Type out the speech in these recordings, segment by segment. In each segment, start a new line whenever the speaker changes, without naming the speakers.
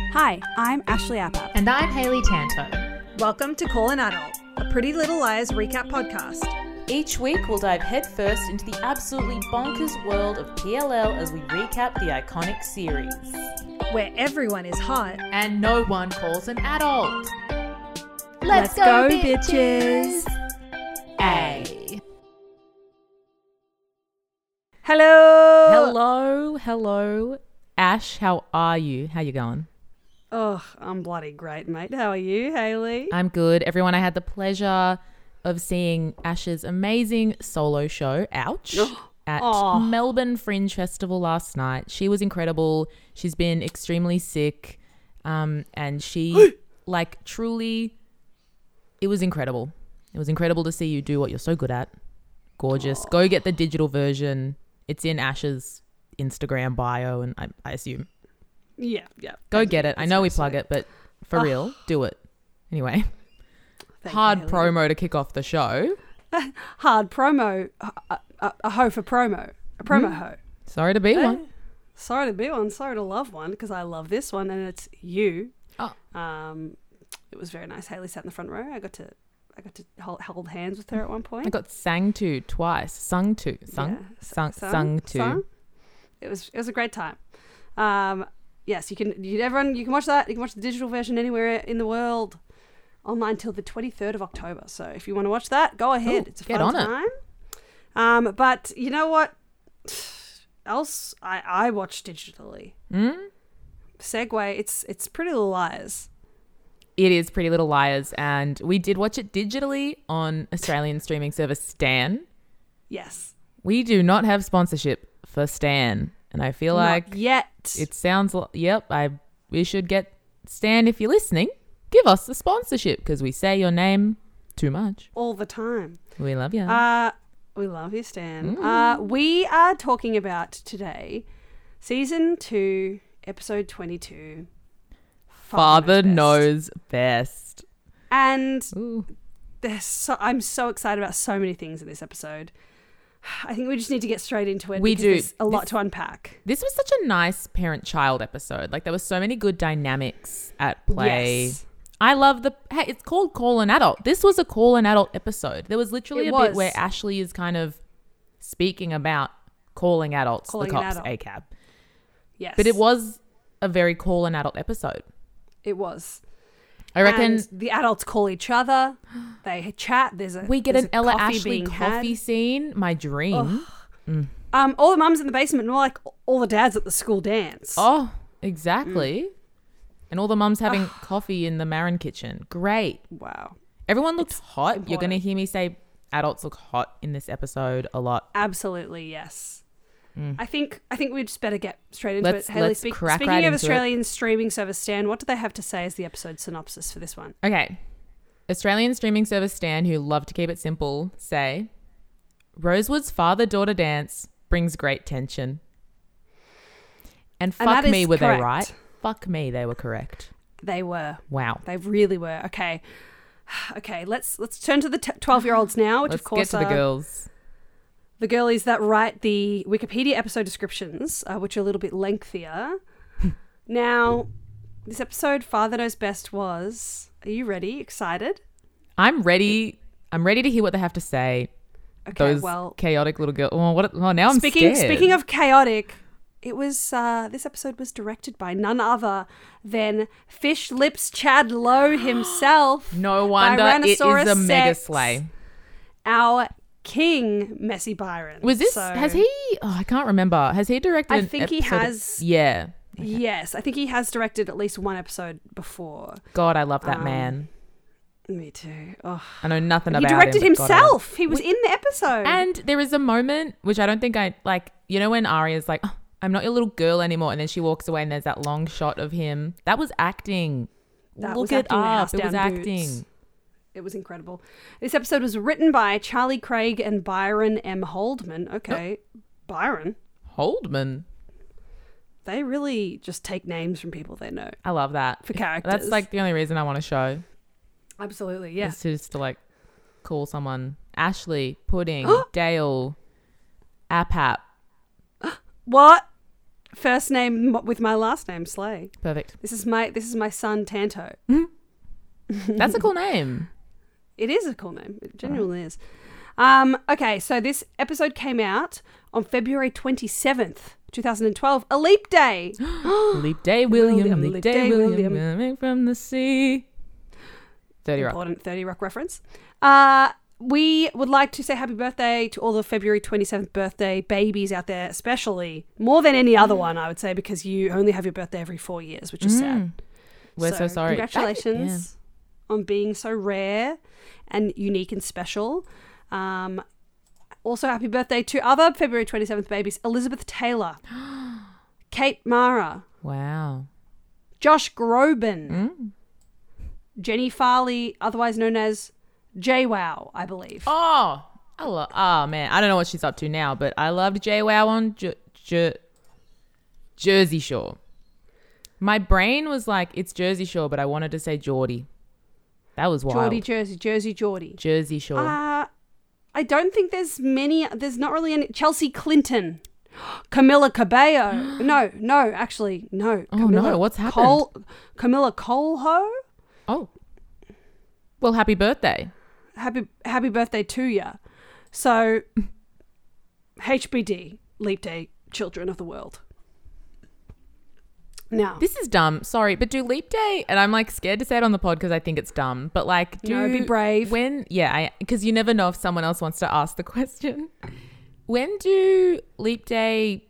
Hi, I'm Ashley Appap.
And I'm Haley Tanto.
Welcome to Call an Adult, a Pretty Little Liars recap podcast.
Each week, we'll dive headfirst into the absolutely bonkers world of PLL as we recap the iconic series.
Where everyone is hot.
And no one calls an adult.
Let's go, bitches.
A.
Uh,
Hello.
Hello, hello. Ash, how are you? How you going?
Oh, I'm bloody great, mate. How are you, Haley?
I'm good. Everyone, I had the pleasure of seeing Ash's amazing solo show, Ouch, at
Aw.
Melbourne Fringe Festival last night. She was incredible. She's been extremely sick. Um, and she, like, truly, it was incredible. It was incredible to see you do what you're so good at. Gorgeous. Go get the digital version. It's in Ash's Instagram bio, and I, I assume.
Yeah, yeah.
Go get it. I know we plug it, but for real, do it. Anyway
Thank you,
hard
Haley.
promo to kick off the show.
Hard promo. A, a, a hoe for promo. A promo
Mm.
hoe.
Sorry to be one.
Sorry to be one. Sorry to love one because I love this one and it's you.
Oh.
Um, it was very nice. Haley sat in the front row. I got to, I got to hold, hold hands with her at one point.
I got sang to twice, sung to, sung,
Yeah, s-
sung, sung to.
sung. It was it was a great time. Um, yes, you can. You, everyone, you can watch that. You can watch the digital version anywhere in the world, online till the twenty third of October. So if you want to watch that, go ahead.
Ooh,
it's a
get
fun
on it.
time. Um, but you know what? Else, I I watch digitally.
Mm?
Segway. It's it's Pretty Little Liars.
It is Pretty Little Liars, and we did watch it digitally on Australian streaming service Stan.
Yes.
We do not have sponsorship for Stan, and I feel like
Not yet.
it sounds. L- yep, I we should get Stan if you're listening. Give us the sponsorship because we say your name too much.
all the time.
We love you.
Uh, we love you, Stan.
Mm.
Uh, we are talking about today, season two, episode 22.
Father
Best.
knows best.
And
Ooh.
there's so, I'm so excited about so many things in this episode. I think we just need to get straight into it.
We
because
do.
there's a lot
This-
to unpack.
This was such a nice parent child episode. Like there were so many good dynamics at play.
Yes.
I love the hey, it's called Call an Adult. This was a Call an Adult episode. There was literally
It
a
was.
bit where Ashley is kind of speaking about calling adults
Calling an
the cops
adult.
ACAB.
Yes,
But it was a very Call an Adult episode.
It was.
I reckon
And the adults call each other. They chat. There's a
we get
there's
an
a
Ella
coffee
Ashley
being had.
coffee scene. My dream.
Um, all the mums in the basement, and all like all the dads at the school dance.
Oh, exactly.
Mm.
And all the mums having coffee in the Marin kitchen. Great.
wow.
Everyone looks hot. You're going to
important.
hear me say adults look hot in this episode a lot.
Absolutely, yes. I think I think we'd just better get straight into
Mm. Let's-
it. Haley,
let's
speak,
crack
speaking
right
of
into it.
Australian streaming service Stan, what do they have to say as the episode synopsis for this one?
Okay. Australian streaming service Stan, who love to keep it simple, say Rosewood's father daughter dance brings great tension. And
And that
fuck me,
is
were
correct.
they right? Fuck me, they were correct.
They were,
Wow.
they really were. Okay, okay. Let's let's turn to the twelve-year-olds now, which
Let's
of course uh,
get to the
are
girls.
the girlies that write the Wikipedia episode descriptions, uh, which are a little bit lengthier. now, this episode, Father Knows Best, was. Are you ready? Excited?
I'm ready. I'm ready to hear what they have to say.
Okay.
Those
well,
chaotic little girls. Oh, what? Oh, now I'm
speaking
scared.
speaking of chaotic, it was uh, this episode was directed by none other than Fish Lips Chad Lowe himself.
no wonder it is a
Tyrannosaurus
mega
Sex.
sleigh.
Our King Messy Byron.
Was this?
So-
has he? Oh, I can't remember. Has he directed?
I
an
think he
episode of-
has-
yeah.
Yes, I think he has directed at least one episode before.
God, I love that
Um,
man.
Me too. Oh.
I know nothing
He
about him.
directed
but God, I-
himself. He was in the episode.
And there is a moment which I don't think I like. You know when Arya's like, "Oh, "I'm not your little girl anymore," and then she walks away, and there's that long shot of him. That was acting.
That
Look
was
it
acting in
up.
House
It was
Down
acting.
Boots. It was incredible. This episode was written by Charlie Craig and Byron M. Holdman. Okay. Byron.
Holdman.
They really just take names from people they know.
I love that
For
If- That's
characters.
like the only reason I want to show.
Absolutely, yes.
It's just to like call someone Ashley, Pudding, Dale, Appap.
What? first name m- with my last name Slay.
Perfect.
This is my this is my son Tanto.
That's a cool name.
It is a cool name. It genuinely is. Um, okay, so this episode came out on February twenty seventh, two thousand and twelve, a leap day.
Leap day, William.
William,
leap day, William.
William.
Coming from the sea. 30 Rock.
Important Thirty Rock reference. Uh, we would like to say happy birthday to all the February twenty seventh birthday babies out there, especially more than any other one, I would say, because you only have your birthday every four years, which is sad.
We're so, sorry. That-
Congratulations on being so rare and unique and special. Um, also, happy birthday to other February 27th babies Elizabeth Taylor, Kate Mara,
yeah. Wow.
Josh Groban,
Mm.
Jenny Farley, otherwise known as JWoww, I believe.
Oh, I lo- oh man, I don't know what she's up to now, but I loved Jay Wow on Jer- Jer- Jersey Shore. My brain was like, it's Jersey Shore, but I wanted to say Geordie. That was wild.
Geordie Jersey, Jersey Geordie.
Jersey Shore.
Uh, I don't think there's many. There's not really any. Chelsea Clinton, Camilla Cabello. no, no, actually, no.
Oh, no, what's happened?
Col- Camilla Colho.
oh, well, happy birthday.
Happy Happy birthday to ya. So, HBD, Leap Day, Children of the World. Now,
This is dumb. Sorry, but do leap day, and I'm like scared to say it on the pod because I think it's dumb. But like, do
No, be brave.
When, yeah, because you never know if someone else wants to ask the question. When do leap day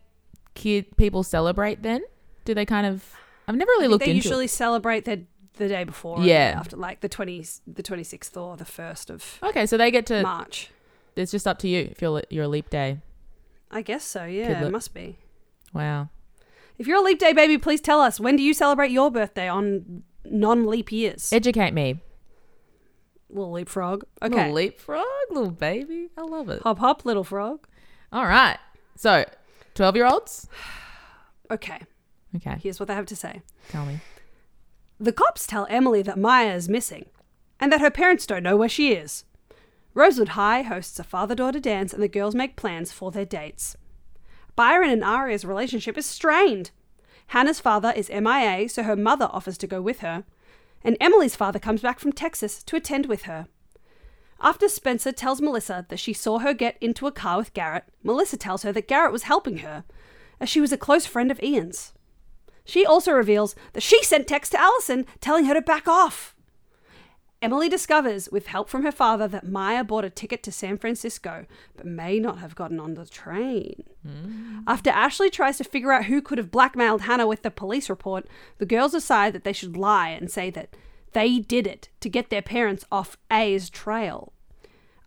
kid people celebrate? Then do they kind of? I've never really looked
they
into.
usually celebrate their the day before, or the
Yeah.
day after like the twenty the twenty sixth or the first of
it. Okay, so they get to.
March.
It's just up to you if you're you're a leap day.
I guess so. Yeah, it
look.
must be.
Wow.
If you're a leap day baby, please tell us when do you celebrate your birthday on non leap years?
Educate me.
little leap frog.
Okay.
Okay.
Little leapfrog, little baby. I love it.
hop hop, little frog.
All right. So, twelve year olds.
Okay,
Okay.
here's what they have to say.
Tell me.
The cops tell Emily that Maya is missing and that her parents don't know where she is. Rosewood High hosts a father daughter dance and the girls make plans for their dates. Byron and Aria's relationship is strained. Hannah's father is MIA, so her mother offers to go with her, and Emily's father comes back from Texas to attend with her. After Spencer tells Melissa that she saw her get into a car with Garrett, Melissa tells her that Garrett was helping her, as she was a close friend of Ian's. She also reveals that she sent text to Allison telling her to back off. Emily discovers, with help from her father, that Maya bought a ticket to San Francisco, but may not have gotten on the train. After Ashley tries to figure out who could have blackmailed Hannah with the police report, the girls decide that they should lie and say that they did it to get their parents off A's trail.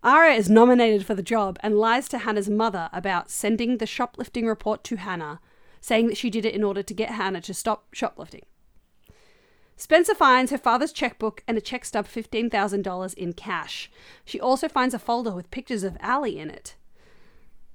Ara is nominated for the job and lies to Hannah's mother about sending the shoplifting report to Hannah, saying that she did it in order to get Hannah to stop shoplifting. Spencer finds her father's checkbook and a check stub $15,000 in cash. She also finds a folder with pictures of Allie in it.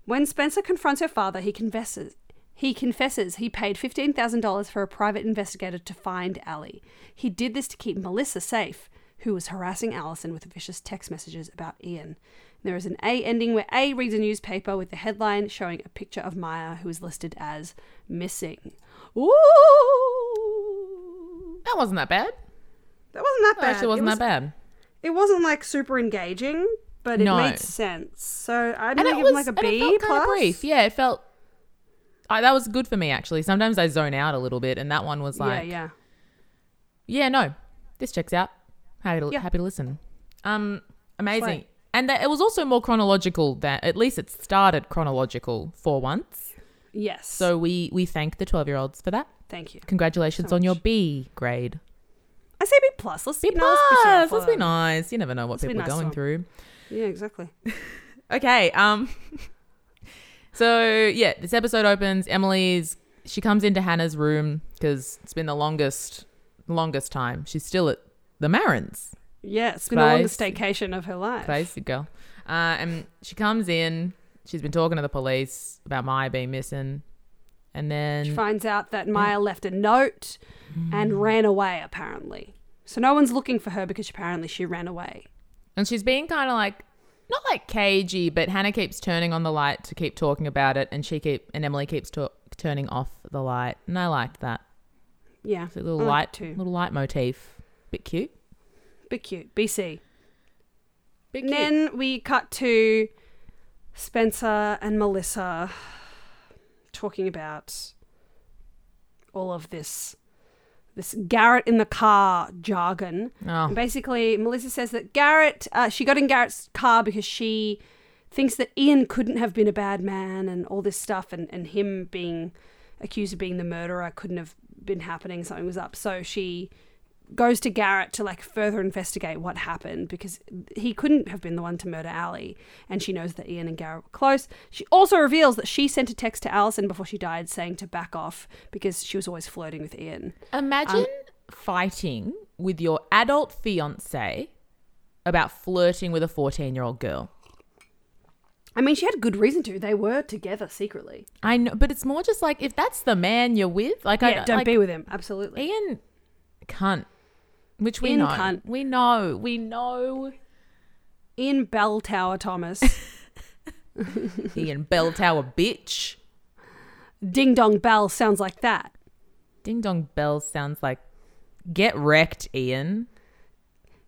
When Spencer confronts her father, he confesses. He confesses he paid $15,000 for a private investigator to find Allie. He did this to keep Melissa safe, who was harassing Allison with vicious text messages about Ian. There is an A ending where A reads a newspaper with the headline showing a picture of Maya, who is listed as missing. Ooh!
That wasn't that bad.
That wasn't that
That actually wasn't that bad.
It wasn't like super engaging, but
it No. made
made sense. So I'm going to give him like a
and it
B
felt kinda
plus.
brief. Yeah, it felt. I, that was good for me actually. Sometimes I zone out a little bit, and that one was
Yeah,
like, yeah,
yeah.
no, this checks out. Happy to,
Yeah.
happy to listen. Um, amazing,
Right.
and that, it was also more chronological. That at least it started chronological for once.
Yes.
So we we thank the twelve year olds for that.
Thank you.
Congratulations
So
on your
much.
B grade.
I say B plus. Let's
B
you know,
plus.
let's be fair
Let's,
for
be
them.
nice. You never know what
be
people
nice
are
to
going
them.
through.
Yeah, exactly.
Okay. Um. So yeah, this episode opens. Emily's she comes into Hannah's room because it's been the longest, longest time. She's still at the Marins
Yeah, it's been the longest
Spice.
staycation of her life.
place, girl. Uh, and she comes in. She's been talking to the police about Maya being missing, and
She
then
finds out that Maya left a note
Mm.
and ran away, apparently. So no one's looking for her because apparently she ran away.
and she's being kind of like. Not like cagey, but Hannah keeps turning on the light to keep talking about it, and she keep and Emily keeps ta- turning off the light, and I liked that.
Yeah.
It's a little
I like
light,
it too.
little light motif, bit cute.
Bit cute. BC.
Bit
And
cute.
then we cut to Spencer and Melissa talking about all of this this Garrett in the car jargon.
oh,
And basically, Melissa says that Garrett, uh, she got in Garrett's car because she thinks that Ian couldn't have been a bad man and all this stuff, and, and him being accused of being the murderer couldn't have been happening. Something was up. So she goes to Garrett to like further investigate what happened because he couldn't have been the one to murder Allie. And she knows that Ian and Garrett were close. She also reveals that she sent a text to Allison before she died saying to back off because she was always flirting with Ian.
imagine Um, fighting with your adult fiance about flirting with a fourteen-year-old girl.
I mean, she had good reason to. They were together secretly.
I know, but it's more just like if that's the man you're with, like
Yeah,
I
don't
like,
be with him. Absolutely.
Ian cunt, which we
Ian
know,
cunt.
we know, we know.
Ian Bell Tower Thomas.
Ian Bell Tower bitch.
Ding dong bell sounds like that.
Ding dong bell sounds like get wrecked, Ian.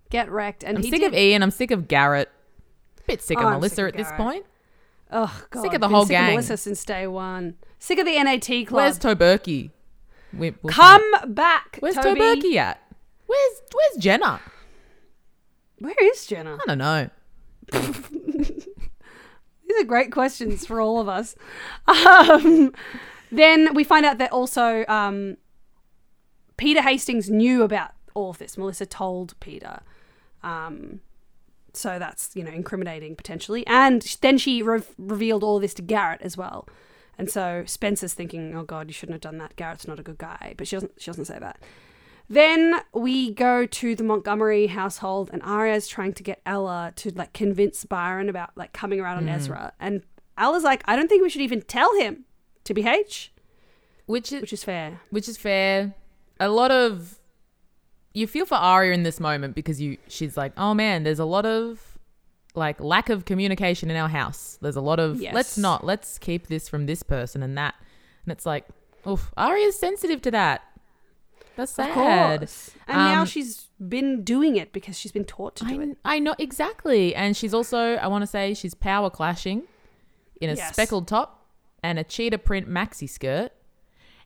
Get wrecked. And
I'm
he
sick
did.
of Ian. I'm sick of Garrett. Bit sick
Oh,
of
I'm
Melissa
sick of
at this
Garrett.
point.
Oh god.
Sick of the
been
whole
sick
gang.
Of Melissa since day one. Sick of the NAT club.
Where's Toberky? We, we'll find out.
Come back.
Where's
Toby.
Toberky at? Where's Where's Jenna?
Where is Jenna?
I don't know.
These are great questions for all of us. Um, then we find out that also um, Peter Hastings knew about all of this. Melissa told Peter. Um, so that's, you know, incriminating potentially. And sh- then she re- revealed all this to Garrett as well. And so Spencer's thinking, oh God, you shouldn't have done that. Garrett's not a good guy. But she doesn't, she doesn't say that. Then we go to the Montgomery household, and Arya's trying to get Ella to like convince Byron about like coming around
Mm.
on Ezra. And Ella's like, I don't think we should even tell him to BH,
Which is
which is fair.
which is fair. A lot of you feel for Arya in this moment because you she's like, oh man, there's a lot of like lack of communication in our house. There's a lot of
Yes.
let's not let's keep this from this person and that, and it's like, oof, Arya's sensitive to that. That's sad.
Of course. And now
Um,
she's been doing it because she's been taught to do
I,
it.
I know exactly, and she's also I want to say she's power clashing in a
Yes.
speckled top and a cheetah print maxi skirt,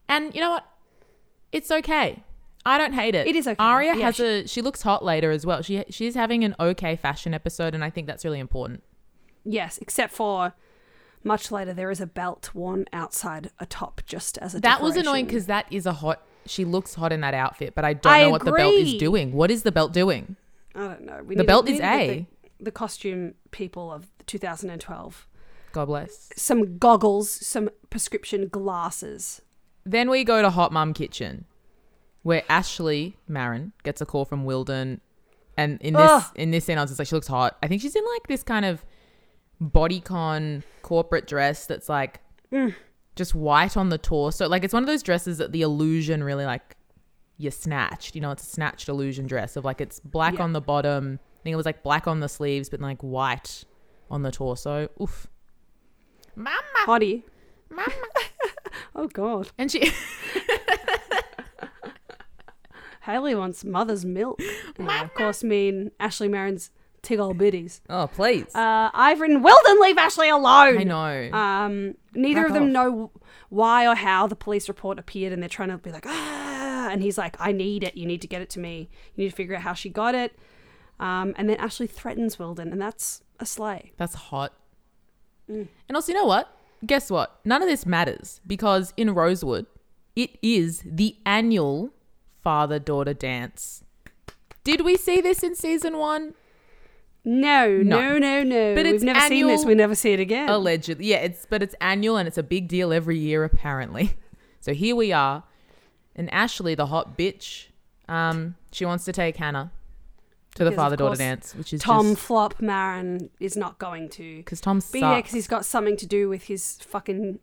and you know what? It's okay. I don't hate it.
It is okay.
Aria
Yeah,
has
she-
a she looks hot later as well. She she's having an okay fashion episode, and I think that's really important.
Yes, except for much later, there is a belt worn outside a top just as a
That was annoying
decoration.
because that is a hot. She looks hot in that outfit, but I don't
I
know what the belt is
agree.
doing. What is the belt doing?
I don't know. We
The
need-
belt
we
is
need to get
A.
The, the costume people of 2012.
God bless.
some goggles, some prescription glasses.
Then we go to Hot Mum Kitchen, where Ashley Marin gets a call from Wilden, and in this
Ugh.
in this scene, I was just like, she looks hot. I think she's in like this kind of bodycon corporate dress that's like
Mm.
just white on the torso. Like it's one of those dresses that the illusion really like you snatched. You know, it's a snatched illusion dress of like it's black
Yeah.
on the bottom. I think it was like black on the sleeves, but like white on the torso. Oof. Mama,
Hottie.
Ah. mama.
Oh God.
And she
Haley wants mother's milk. And I, of course, mean Ashley Marin's tig old biddies.
Oh, please.
Uh, I've written Weldon, leave Ashley alone.
I know.
Um, neither
Back
of them
off.
know why or how the police report appeared, and they're trying to be like, ah. And he's like, I need it. You need to get it to me. You need to figure out how she got it. Um, and then Ashley threatens Weldon, and that's a slay.
That's hot.
Mm.
And also, you know what? Guess what? None of this matters because in Rosewood, it is the annual father daughter dance. Did we see this in season one?
No,
No.
no, no, no.
But
We've
it's
never seen this.
annual-
We never see it again.
Allegedly. Yeah, it's but it's annual and it's a big deal every year, apparently. So here we are. And Ashley, the hot bitch, um, she wants to take Hannah to the
Because, of
father daughter
course,
dance, which is
Tom
just
Flop Marin is not going to
because Tom
be
sucks.
there because he's got something to do with his fucking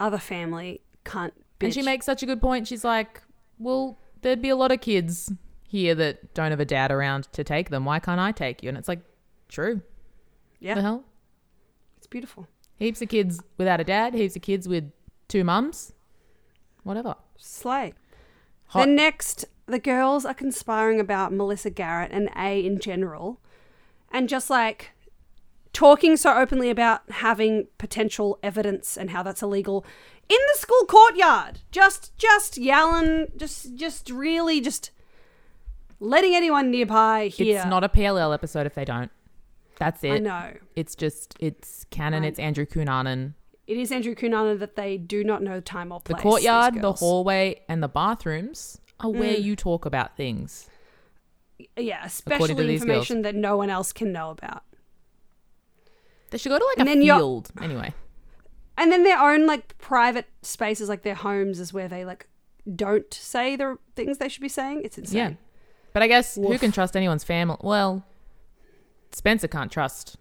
other family. Cunt. Bitch.
And she makes such a good point. She's like, well, there'd be a lot of kids here that don't have a dad around to take them. Why can't I take you? And it's like, true.
Yeah.
The hell?
it's beautiful.
Heaps of kids without a dad, heaps of kids with two mums. whatever.
Slay.
Hot.
Then next, the girls are conspiring about Melissa Garrett and A in general, and just like talking so openly about having potential evidence and how that's illegal in the school courtyard. Just, just yelling, just, just really, just letting anyone nearby hear.
It's not a PLL episode if they don't. That's
I
it.
know.
It's just it's canon. It's Andrew Cunanan.
It is Andrew Cunanan that they do not know time or
The
place. these
courtyard, the
girls.
hallway, and the bathrooms are where
Mm.
you talk about things. According
Yeah,
to
especially
these girls.
information that no one else can know about.
They should go to like
And
a
then you're-
field anyway.
and then their own like private spaces like their homes is where they like don't say the things they should be saying it's
Yeah,
insane
but I guess who
Woof.
can trust anyone's family? Well, Spencer can't trust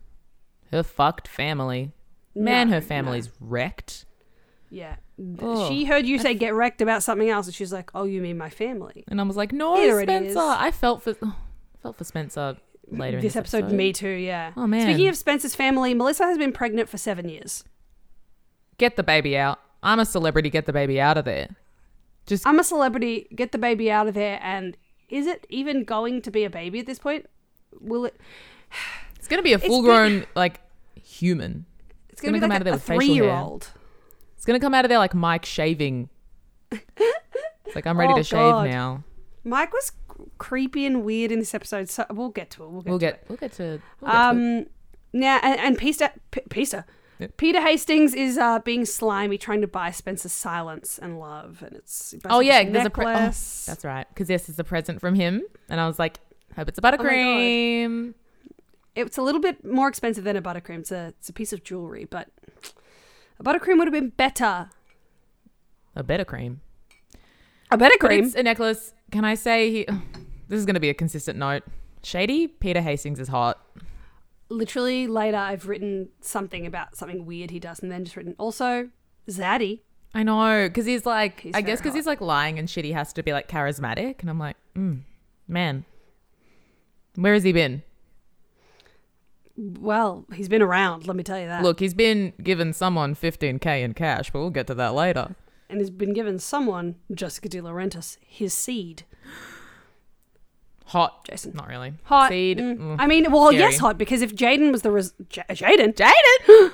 her fucked family. Man,
No,
her family's wrecked.
yeah,
Oh.
she heard you say get wrecked about something else and she's like oh you mean my family
And I was like, no,
It already
Spencer.
is.
I felt for felt for Spencer later in
this episode, me too yeah
Oh, man.
speaking of spencer's family melissa has been pregnant for seven years
Get the baby out. I'm a celebrity. Get the baby out of there. Just
i'm a celebrity get the baby out of there and is it even going to be a baby at this point will it
it's gonna be a
been-
full grown like human.
it's going
gonna
to be
come
like
out of there
a, a
with facial hair.
three-year-old
It's gonna come out of there like Mike shaving. It's like I'm ready
Oh,
to shave
God.
now.
mike was c- creepy and weird in this episode so we'll get to it we'll get
We'll
to it.
get we'll get to we'll get to it.
Um, now and, and Peter, P- Peter,
Yeah.
Peter Hastings is uh, being slimy, trying to buy Spencer's silence and love, and it's he buys
Oh
him
yeah,
this
there's a pre- oh,
necklace.
that's right. Because this is a present from him, and I was like, hope it's a
Oh God.
buttercream.
it's a little bit more expensive than a buttercream. It's a it's a piece of jewelry, but a buttercream would have been better.
a better cream.
A better
But
cream.
It's a necklace. Can I say he, this is going to be a consistent note? Shady Peter Hastings is hot.
Literally later, I've written something about something weird he does, and then just written also Zaddy.
I know, because he's like,
He's
I guess
very
because he's like lying and shit, he has to be like charismatic, and I'm like, mm, man, where has he been?
Well, he's been around. Let me tell you that.
Look, he's been given someone 15k in cash, but we'll get to that later.
and has been given someone Jessica De Laurentiis his seed.
Hot,
Jason.
Not really.
Hot.
Seed.
mm.
mm.
I mean, well,
Scary.
yes, hot because if Jaden was the res- J- Jaden,
Jaden.
oh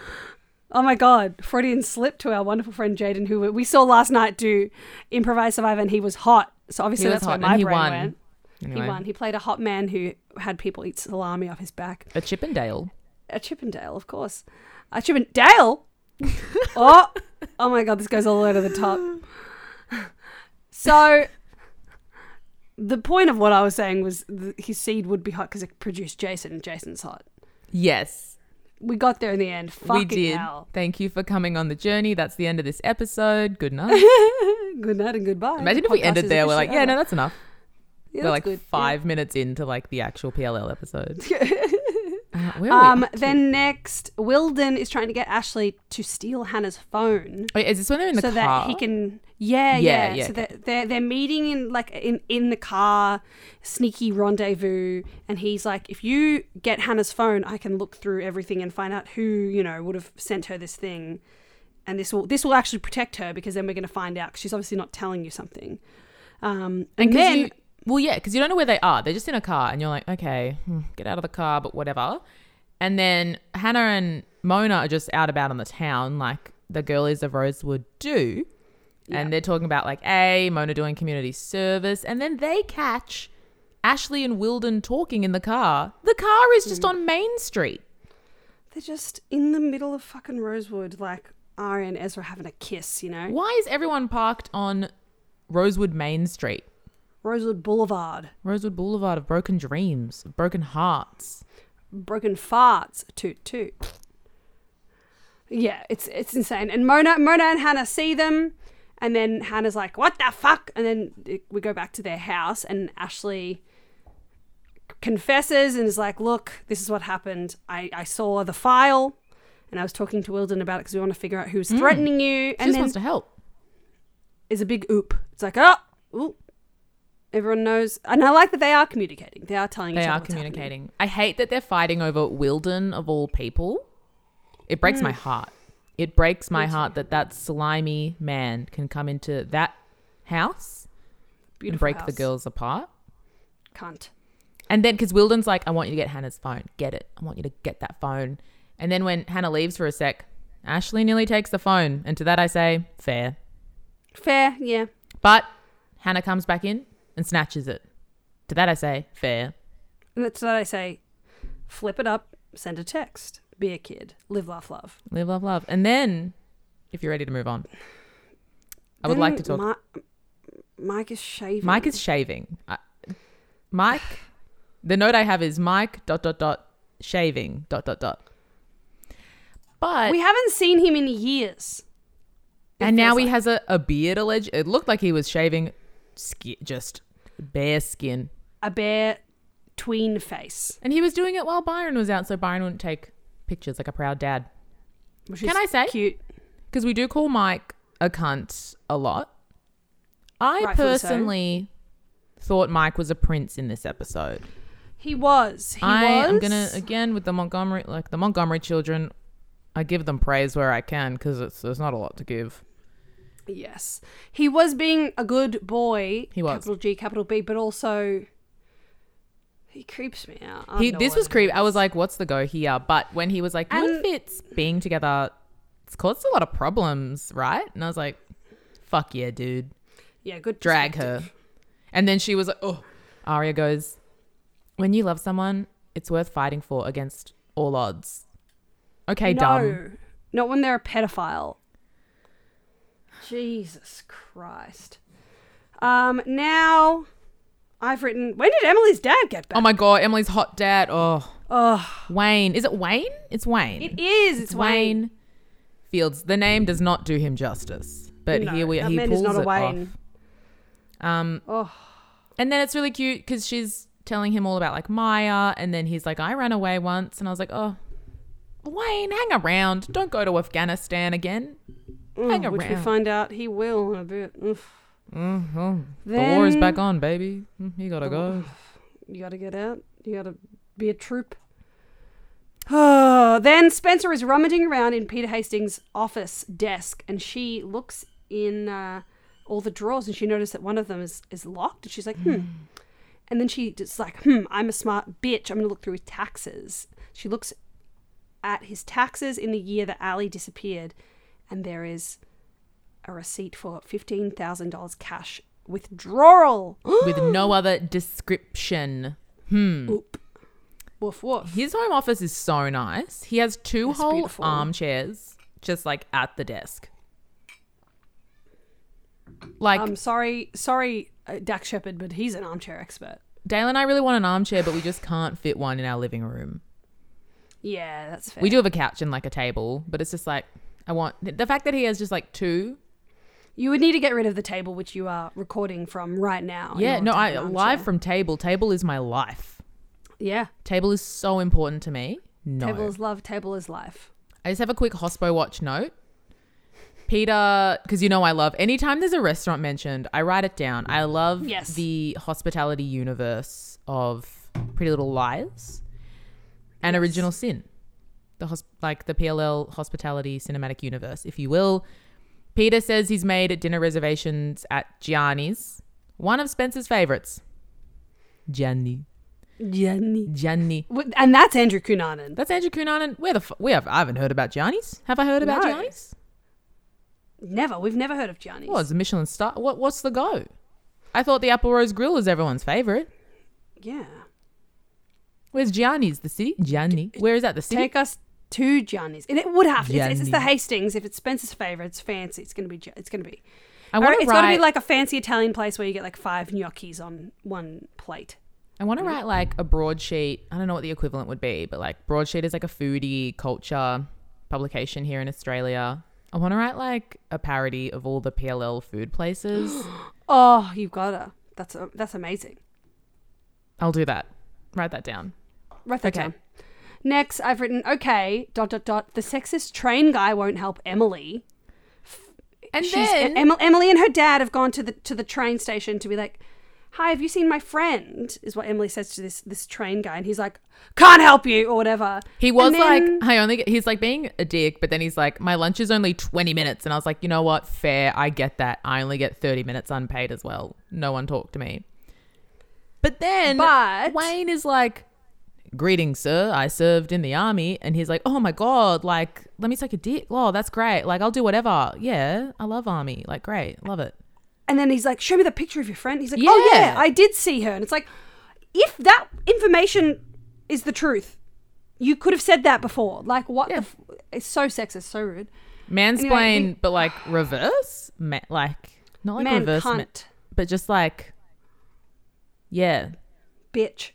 my god, Freudian slip to our wonderful friend Jaden, who we saw last night do improvise survivor, and he was hot. So obviously
He was
that's where
hot,
my
and he
brain
won.
went.
Anyway,
He won. He played a hot man who had people eat salami off his back.
a Chippendale.
A Chippendale, of course. A Chippendale. oh, oh my god, this goes all the way to the top. So. The point of what I was saying was th- his seed would be hot because it produced Jason, and Jason's hot.
Yes.
We got there in the end. Fucking
we did.
hell.
Thank you for coming on the journey. That's the end of this episode. Good night.
Good night and goodbye.
Imagine
The
if we
podcast
ended
is
there. We're like,
officially
yeah, no,
over.
that's enough.
Yeah,
we're
that's
like
good. Yeah.
five minutes into like the actual PLL episode. Uh, where are we
Um,
up to?
then next, Wilden is trying to get Ashley to steal Hannah's phone
Wait, is this when they're in the
so
car?
that he can.
Yeah,
Yeah, yeah.
yeah,
so
okay.
they're, they're they're meeting in like in in the car, sneaky rendezvous, and he's like, if you get Hannah's phone, I can look through everything and find out who you know would have sent her this thing, and this will this will actually protect her because then we're going to find out 'cause she's obviously not telling you something. Um, and,
'Cause
then
you- well, yeah, because you don't know where they are. They're just in a car, and you're like, okay, hmm, get out of the car, but whatever. And then Hannah and Mona are just out about on the town, like the girlies of Rosewood do. And they're talking about like, a Mona doing community service, and then they catch Ashley and Wilden talking in the car. The car is just
Mm.
on Main Street.
They're just in the middle of fucking Rosewood, like Arya and Ezra having a kiss, you know?
Why is everyone parked on Rosewood Main Street?
Rosewood Boulevard,
Rosewood Boulevard of broken dreams, of broken hearts.
broken farts, toot toot. Yeah, it's it's insane. And Mona, Mona and Hannah see them, and then Hannah's like, "What the fuck?" And then it- we go back to their house, and Ashley confesses and is like, "Look, this is what happened. I, I saw the file, and I was talking to Wilden about it because we want to figure out who's threatening
Mm.
you."
She
and
just
then
wants to help.
is a big oop. It's like, oh, oop. Everyone knows. And I like that they are communicating. They are telling
They
each other.
are
what's happening.
communicating. I hate that they're fighting over Wilden of all people. It
Mm.
breaks my heart. It breaks my heart that that slimy man can come into that house and
Beautiful
break the
house.
girls apart.
Cunt.
And then, because Wilden's like, I want you to get Hannah's phone. Get it. I want you to get that phone. And then when Hannah leaves for a sec, Ashley nearly takes the phone. And to that I say, fair.
Fair, yeah.
But Hannah comes back in and snatches it. To that I say, fair.
And that's what I say. Flip it up, send a text. Be a kid. Live, laugh, love.
Live, love, love. And then, if you're ready to move on, I would like to talk.
Mi- Mike is shaving.
Mike is shaving. I, Mike, the note I have is Mike dot dot dot shaving dot dot dot. But
We haven't seen him in years. It
and now
feels
he
like-
has a, a beard. Alleged, it looked like he was shaving, skin, just bare skin,
a bare tween face.
and he was doing it while Byron was out, so Byron wouldn't take pictures like a proud dad.
Which
Can
is
I say?
cute?
because we do call Mike a cunt a lot. I
Rightfully so.
personally thought Mike was a prince in this episode.
He was. He
I
was.
am gonna again with the Montgomery, like the Montgomery children. I give them praise where I can because it's there's not a lot to give.
Yes, he was being a good boy.
He was.
capital G, capital B, but also he creeps me out. I
He,
know
this
what
was
it
creep. I
is.
was like, "What's the go here?" But when he was like, "What if
And-
it's being together?" It's caused a lot of problems, right? And I was like, "Fuck yeah, dude."
yeah, good.
drag
perspective.
her. And then she was like, oh. Aria goes, when you love someone, it's worth fighting for against all odds. Okay,
no,
dumb.
not when they're a pedophile. Jesus Christ. Um, now I've written. When did Emily's dad get back?
Oh my God, Emily's hot dad. Oh,
oh,
Wayne. Is it Wayne? It's Wayne.
it is. It's Wayne.
Fields. The name does not do him justice, but
No,
here we
that
he
man
pulls
is not a
it
Wayne.
off. Um,
Oh.
and then it's really cute because she's telling him all about like Maya, and then he's like, "I ran away once," and I was like, "Oh, Wayne, hang around. Don't go to Afghanistan again. Hang
Mm, Which we
around.
find out he will in a bit. Oof.
Mm, oh, the war is
Then-
back on, baby. Mm, You gotta go."
You gotta get out. You gotta be a troop. then Spencer is rummaging around in Peter Hastings' office desk, and she looks in uh, all the drawers, and she noticed that one of them is, is locked, and she's like, hmm. And then she just like, hmm, I'm a smart bitch. I'm gonna look through his taxes. She looks at his taxes in the year that Ali disappeared, and there is a receipt for fifteen thousand dollars cash withdrawal.
With no other description.
Oop. Woof woof.
His home office is so nice. He has two
It's
whole
beautiful.
armchairs just like at the desk. Like
I'm Um, sorry, sorry, uh, Dak Shepard, but he's an armchair expert.
Dale and I really want an armchair, but we just can't fit one in our living room.
Yeah, that's fair.
We do have a couch and like a table, but it's just like I want the fact that he has just like two.
You would need to get rid of the table which you are recording from right now. in
Yeah,
order
no,
Oh, to
I
have an
live
armchair.
from table. Table is my life.
Yeah,
Table is so important to me. No.
table is love, table is life.
I just have a quick Hospo watch note. Peter, because you know I love anytime there's a restaurant mentioned, I write it down. I love
Yes.
the hospitality universe of Pretty Little Liars and
Yes.
Original Sin, the hosp- like the PLL hospitality cinematic universe, if you will. Peter says he's made dinner reservations at Gianni's, one of Spencer's favorites. Gianni,
Jenny.
Gianni.
And that's Andrew Cunanan.
That's Andrew Cunanan. Where the f- we have I haven't heard about Gianni's. Have I heard about
No.
Gianni's?
Never, we've never heard of Gianni's.
Well, it's a Michelin star. What what's the go? I thought the Apple Rose Grill was everyone's favorite.
Yeah.
Where's Gianni's? The city? Gianni. Where is that? The city?
Take us to Gianni's. And it would have to. It's, it's- it's the
Gianni.
Hastings. If it's Spencer's favourite, it's fancy. It's going to be, Gi- it's going to be.
I want
Alright,
to
it's got to
write.
be like a fancy Italian place where you get like five gnocchis on one plate.
I want to write like a broadsheet. I don't know what the equivalent would be, but like broadsheet is like a foodie culture publication here in Australia. I want to write like a parody of all the PLL food places.
Oh, you've got to. That's uh, that's amazing.
I'll do that. Write that down.
Write that
Okay.
down. Next, I've written okay. Dot dot dot. The sexist train guy won't help Emily. E,
And
She's, Em- Emily and her dad have gone to the to the train station to be like, hi, have you seen my friend? Is what Emily says to this this train guy, and he's like, can't help you or whatever.
He was
And then-
like, I only get, he's like being a dick, but then he's like, my lunch is only 20 minutes. And I was like, you know what? Fair. I get that. I only get 30 minutes unpaid as well. No one talked to me. But then
But-
Wayne is like, greetings, sir. I served in the army. And he's like, oh my God, like, let me suck a dick. Oh, that's great. Like, I'll do whatever. Yeah. I love army. Like, great. Love it.
and then he's like, show me the picture of your friend. He's like, oh
Yeah.
yeah, I did see her. And it's like, if that information is the truth, you could have said that before. Like, what? The f- it's so sexist, so rude.
Mansplain,
Anyway,
but like reverse? Ma- like, not like
Man,
reverse, ma-
cunt.
but just like, yeah.
bitch.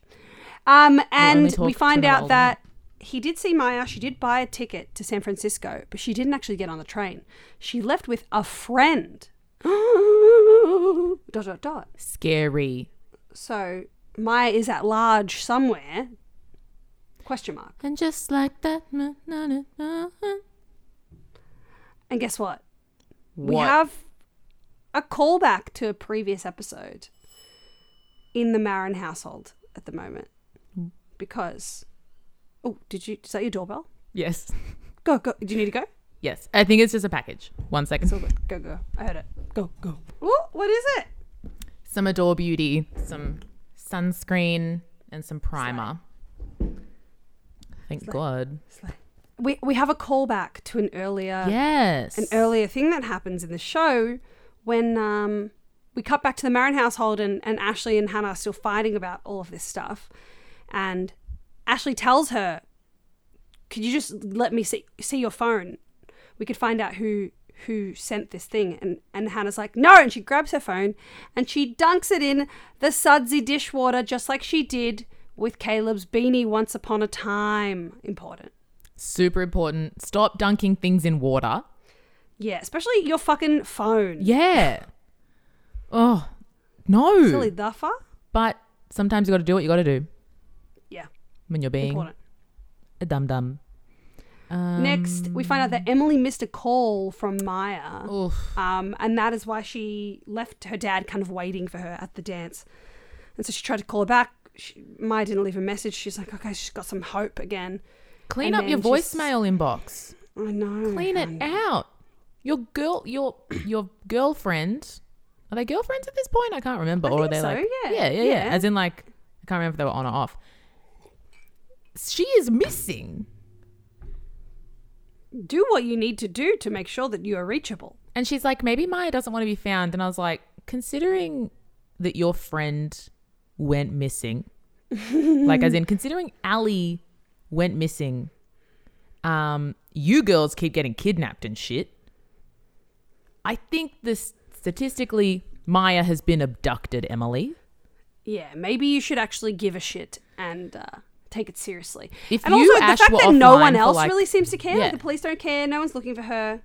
Um, and
talk
we
to
find
the
out
old
that he did see Maya. She did buy a ticket to San Francisco, but she didn't actually get on the train. She left with a friend. dot dot dot.
Scary.
So Maya is at large somewhere. Question mark.
And just like that. na, na, na, na, na.
And guess what? We
What?
have a callback to a previous episode in the Marin household at the moment
Mm.
because. Oh, did you? Is that your doorbell?
Yes.
Go, go. Do you need to go?
Yes. I think it's just a package. One second.
It's all good. Go, go. I heard it. Go, go. Ooh, what is it?
Some Adore Beauty, some sunscreen, and some primer. Thank God.
We, we have a callback to Uh, an earlier
yes.
an earlier thing that happens in the show when um, we cut back to the Marin household and, and Ashley and Hannah are still fighting about all of this stuff. And Ashley tells her, Could you just let me see see your phone? We could find out who who sent this thing and, and Hannah's like, No, and she grabs her phone and she dunks it in the sudsy dishwater just like she did with Caleb's beanie once upon a time. Important.
Super important. Stop dunking things in water.
Yeah, especially your fucking phone.
Yeah. oh, no.
Silly duffer.
But sometimes you got to do what you got to do
Yeah,
when you're being
important.
a Uh, dum dum. Um,
Next, we find out that Emily missed a call from Maya,
Oof.
um, and that is why she left her dad kind of waiting for her at the dance. And so she tried to call her back. She, Maya didn't leave a message. She's like, okay, she's got some hope again.
Clean
And
up your
then just-
voicemail inbox.
I know.
Clean it
Mm-hmm.
out. Your girl, your your girlfriend. Are they girlfriends at this point? I can't remember. or are
think
they
so,
like
yeah.
yeah, yeah,
Yeah.
As in like I can't remember if they were on or off. She is missing,
Do what you need to do to make sure that you are reachable.
and she's like, maybe Maya doesn't want to be found. And I was like, considering that your friend went missing, like as in considering Ali went missing, um, you girls keep getting kidnapped and shit. I think this statistically, Maya has been abducted, Emily.
Yeah, maybe you should actually give a shit and uh, take it seriously.
If
and
you,
also,
Ash,
the fact
were
that no
offline
one
for,
else
like-
really seems to care,
Yeah.
like the police don't care, no one's looking for her.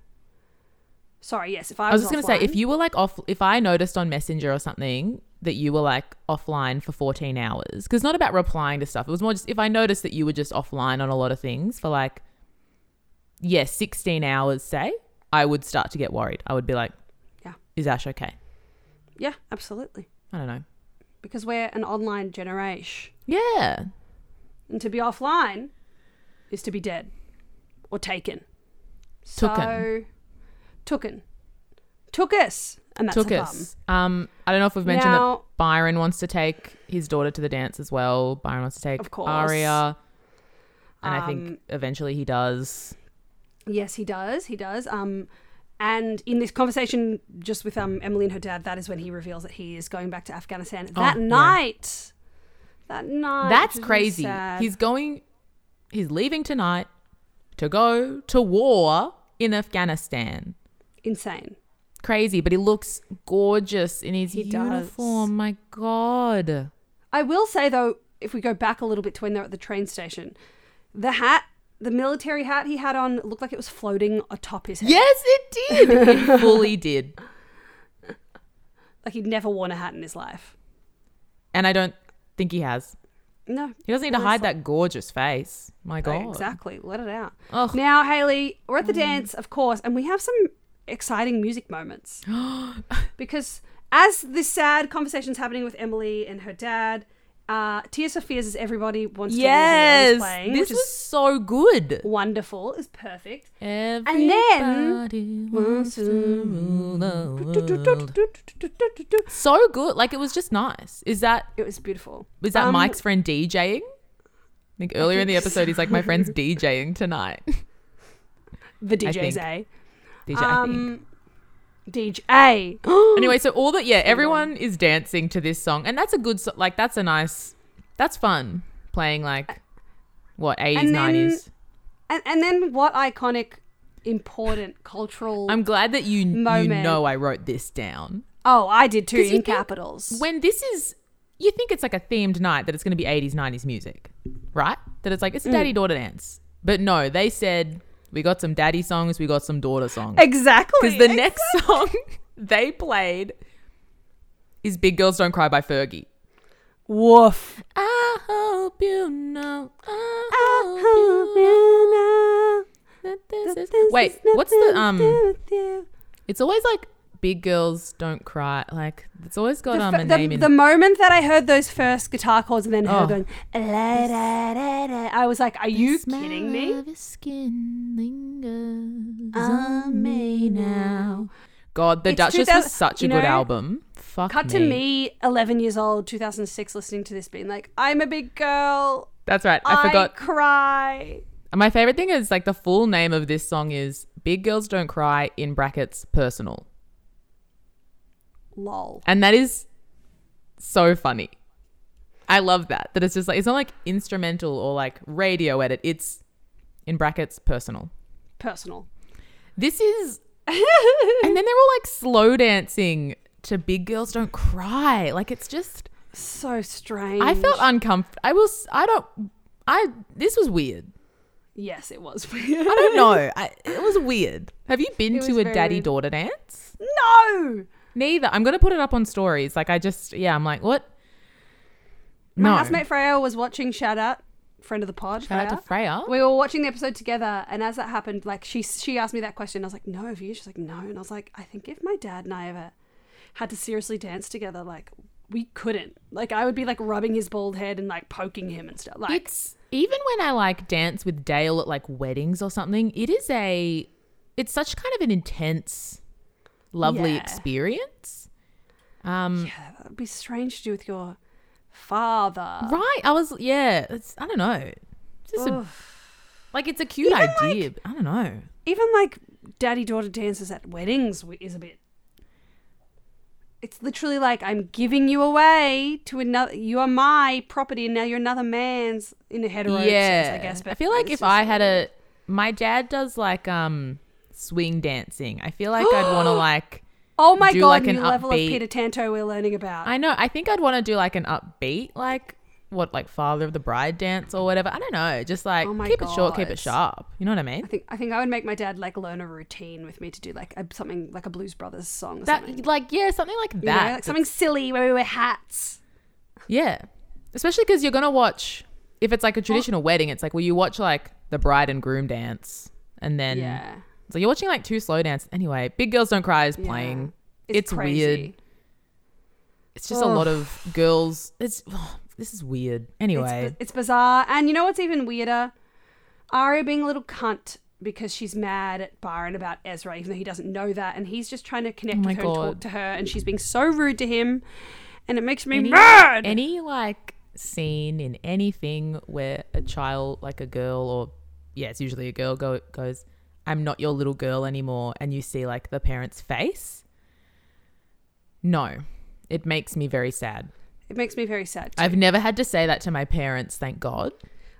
Sorry, yes, if I
I was
was,
just going to say,
offline-
if you were like off, if I noticed on Messenger or something that you were like offline for 14 hours, because not about replying to stuff. It was more just if I noticed that you were just offline on a lot of things for like, yeah, 16 hours, say, I would start to get worried. I would be like,
Yeah.
is Ash okay?
Yeah, absolutely.
I don't know.
Because we're an online generation.
Yeah.
And to be offline is to be dead or taken. So,
Tooken.
tooken. Took us. And that's
took
a
us. Um, I don't know if we've mentioned
Now-
that Byron wants to take his daughter to the dance as well. Byron wants to take
Of course.
Aria, and I
Um,
think eventually he does.
bum. Yes, he does. He does. Um, and in this conversation just with um, Emily and her dad, that is when he reveals that he is going back to Afghanistan that
Oh, yeah.
night. That night.
That's
which is really
crazy.
sad.
He's going. He's leaving tonight to go to war in Afghanistan.
insane.
Crazy, but he looks gorgeous in his
He does.
uniform. My God.
I will say though, if we go back a little bit to when they're at the train station, the hat, the military hat he had on, looked like it was floating atop his head.
Yes, it did. It fully did.
Like he'd never worn a hat in his life.
And I don't think he has.
No.
He doesn't need to hide that gorgeous face. My God.
Exactly. Let it out.
Oh. Ugh. Mm.
Now, Haley, we're at the dance, of course, and we have some exciting music moments because as this sad conversation's happening with Emily and her dad, uh, Tears for Fears is everybody wants to
Yes,
be playing,
this
which
was
is
so good.
wonderful. It's perfect.
Everybody
And then-
wants to rule the world. Mm. so good. Like it was just nice. Is that
It was beautiful.
was that
Um,
Mike's friend DJing? I think earlier in the episode he's like, my friend's DJing tonight.
The
I
DJ's A.
think. DJ, I think.
Um, DJ.
Anyway, so all that, yeah, everyone is dancing to this song, and that's a good, so- like, that's a nice, that's fun playing like, what eighties,
And then-
nineties.
and, and then what iconic, important cultural.
I'm glad that you you
Moment.
know I wrote this down.
oh, I did too
'Cause you
in
think
capitals.
When this is, you think it's like a themed night that it's going to be eighties, nineties music, right? That it's
Mm.
like it's a daddy daughter dance, but no, they said we got some daddy songs, we got some daughter songs.
exactly.
Because the next song they played is "Big Girls Don't Cry" by Fergie.
woof.
I hope you know. I that this is- Wait, what's the um? It's always like big girls don't cry. Like it's always got um
the,
a
f- the-
name in.
the moment that I heard those first guitar chords and then her
Oh.
going, "La, da, da, da," I was like, "Are you kidding me?"
Um,
On me now.
God, the
It's
Duchess
2000
was such a
you
good
know,
album. Fuck
Cut to me, eleven years old, two thousand six, listening to this, being like, "I'm a big girl.
That's right. I, forgot.
cry."
My favorite thing is like the full name of this song is "Big Girls Don't Cry" in brackets personal,
Lol.
and that is so funny. I love that. That it's just like it's not like instrumental or like radio edit. It's in brackets personal.
Personal.
This is. and then they're all like slow dancing to Big Girls Don't Cry. Like it's just.
So strange.
I felt uncomfortable. I will. s- I don't. I. This was weird.
yes, it was.
I don't know. I, it was weird. Have you been
It
to
was
a
very
daddy
weird.
daughter dance?
no.
Neither. I'm gonna put it up on stories. Like I just. Yeah. I'm like what.
My
no.
housemate Freya was watching Shout Out, friend of the pod.
Shout out to Freya.
We were watching the episode together, and as that happened, like she she asked me that question. I was like, "No, have you?" She's like, "No," and I was like, "I think if my dad and I ever had to seriously dance together, like we couldn't. Like I would be like rubbing his bald head and like poking him and stuff. Like
It's even when I like dance with Dale at like weddings or something, it is a it's such kind of an intense lovely
Yeah.
experience. Um
yeah, that would be strange to do with your father.
right, I was yeah, it's I don't know. It's just a, like it's a cute
Even,
idea. but I don't know.
Even like daddy daughter dances at weddings wi- is a bit. It's literally like I'm giving you away to another. You are my property, and now you're another man's in a hetero
yeah.
sense, I guess. But
I feel like if
it's
I
just-
had a my dad does like um swing dancing. I feel like I'd want to like
Oh my
do,
god,
like,
new
an
level of
upbeat-
Peter Tanto we're learning about.
I know. I think I'd want to do like an upbeat, like what, like Father of the Bride dance or whatever. I don't know. Just like
Oh my
keep it short, keep
God.
it sharp. You know what I mean?
I think I think I would make my dad like learn a routine with me to do like a, something like a Blues Brothers song or something.
That, like, yeah, something like
You know,
that.
like something silly where we wear hats.
yeah, especially because you're gonna watch. If it's
Oh.
like a traditional wedding, it's like well, you watch like the bride and groom dance, and then
yeah,
so you're watching like two slow dance. Anyway, Big Girls Don't Cry is playing.
Yeah.
It's weird. It's just a lot of girls. It's this is weird.
It's,
Anyway,
bi- it's bizarre, and you know what's even weirder? Aria being a little cunt because she's mad at Byron about Ezra, even though he doesn't know that, and he's just trying to connect
Oh my
with her and talk
God.
to her, and she's being so rude to him, and it makes me mad.
any like scene in anything where a child like a girl or yeah it's usually a girl go, goes i'm not your little girl anymore and you see like the parent's face no it makes me very sad
it makes me very sad.
i've never had to say that to my parents thank god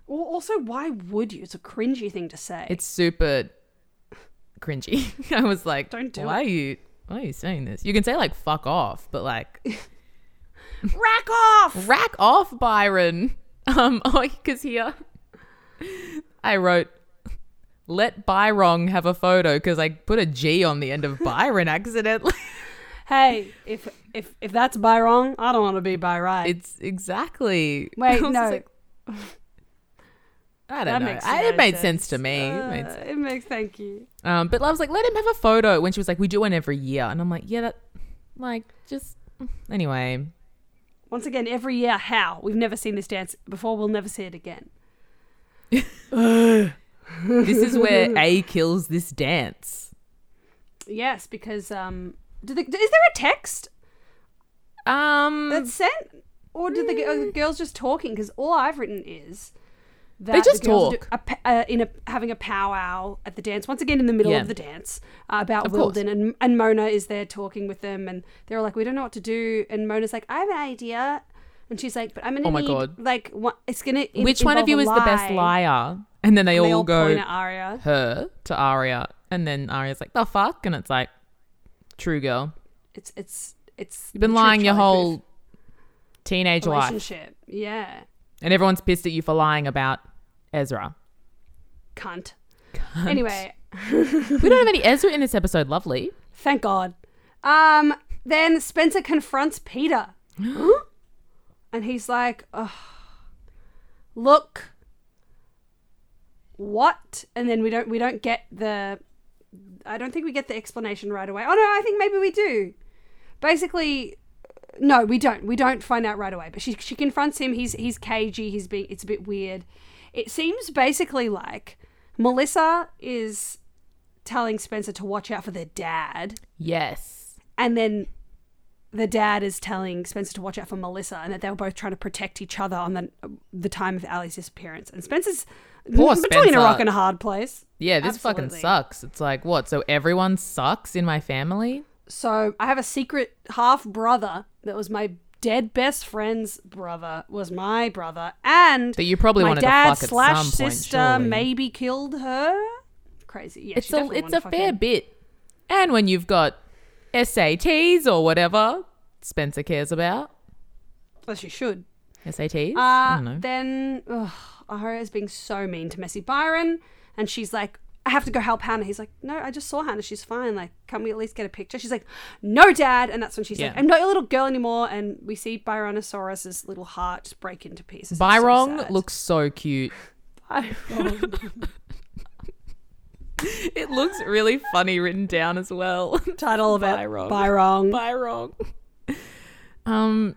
Al- Also, why would you? It's a cringy thing to say.
it's super cringy i was like
Don't do
why are you why are you saying this you can say like fuck off but like
rack off.
rack off byron um because here i wrote let byrong have a photo because i put a g on the end of byron accidentally
Hey, if if if that's by wrong, I don't want to be by right.
it's exactly I
Wait,
was
no,
just like, i don't
that
know
makes
I,
no
it made sense to
sense.
me It made
Uh,
sense.
it makes thank you.
um but i was like let him have a photo when she was like we do one every year and i'm like yeah that like just Anyway,
Once again, every year, how? We've never seen this dance before, we'll never see it again.
this is where A kills this dance.
Yes, because um, do the, is there a text
Um,
that's sent, or do the, are the
Mm.
girls just talking? Because all I've written is that
They just
the girls are do-
talk.
a pa- uh, in a, having a powwow at the dance once again in the middle
Yeah.
of the dance uh, about
Of course.
Wilden and and Mona is there talking with them, and they're all like, "We don't know what to do," and Mona's like, "I have an idea." And she's like, "But I'm gonna
Oh my
need
God.
like what, it's gonna in-
which one of
involve
you
a
is the best
lie."
liar? And then they,
And
all, go
point at Arya.
her to Arya, and then Arya's like, "The fuck," and it's like, "True girl,
It's it's it's
you've been
the true
lying your
Charlie Booth
whole teenage life,
relationship. Yeah,
and everyone's pissed at you for lying about Ezra."
cunt. Anyway,
we don't have any Ezra in this episode. Lovely.
thank God. Um, then Spencer confronts Peter, and he's like, Ugh, "Look, what?" And then we don't we don't get the. I don't think we get the explanation right away. Oh no, I think maybe we do. Basically, no, we don't. We don't find out right away. But she she confronts him. He's he's cagey. He's being it's a bit weird. It seems basically like Melissa is telling Spencer to watch out for their dad,
Yes.
and then the dad is telling Spencer to watch out for Melissa, and that they were both trying to protect each other on the the time of Ali's disappearance. And Spencer's
Poor
between
Spencer.
a rock and a hard place.
Yeah, this fucking
Absolutely.
sucks. It's like, what? So everyone sucks in my family?
So I have a secret half brother that was my dead best friend's brother was my brother, and
That you probably
my
wanted to
dad
fuck at
slash
some point,
sister
surely.
maybe killed her. Crazy. Yeah,
it's
she
a
definitely
it's a
wanted to fuck
fair
him.
bit. And when you've got SATs or whatever Spencer cares about.
Well, she should.
SATs? I don't
Uh,
know.
then ugh, Ahura is being so mean to Messy Byron, and she's like, "I have to go help Hannah." He's like, "No, I just saw Hannah. She's fine. Like, can we at least get a picture?" She's like, "No, Dad." And that's when she's
Yeah.
like, "I'm not your little girl anymore." And we see Byronosaurus's little heart just break into pieces. It's so
Byron
sad.
looks so cute.
Byron.
It looks really funny written down as well.
title of it.
Byron.
Byron.
Byron. Um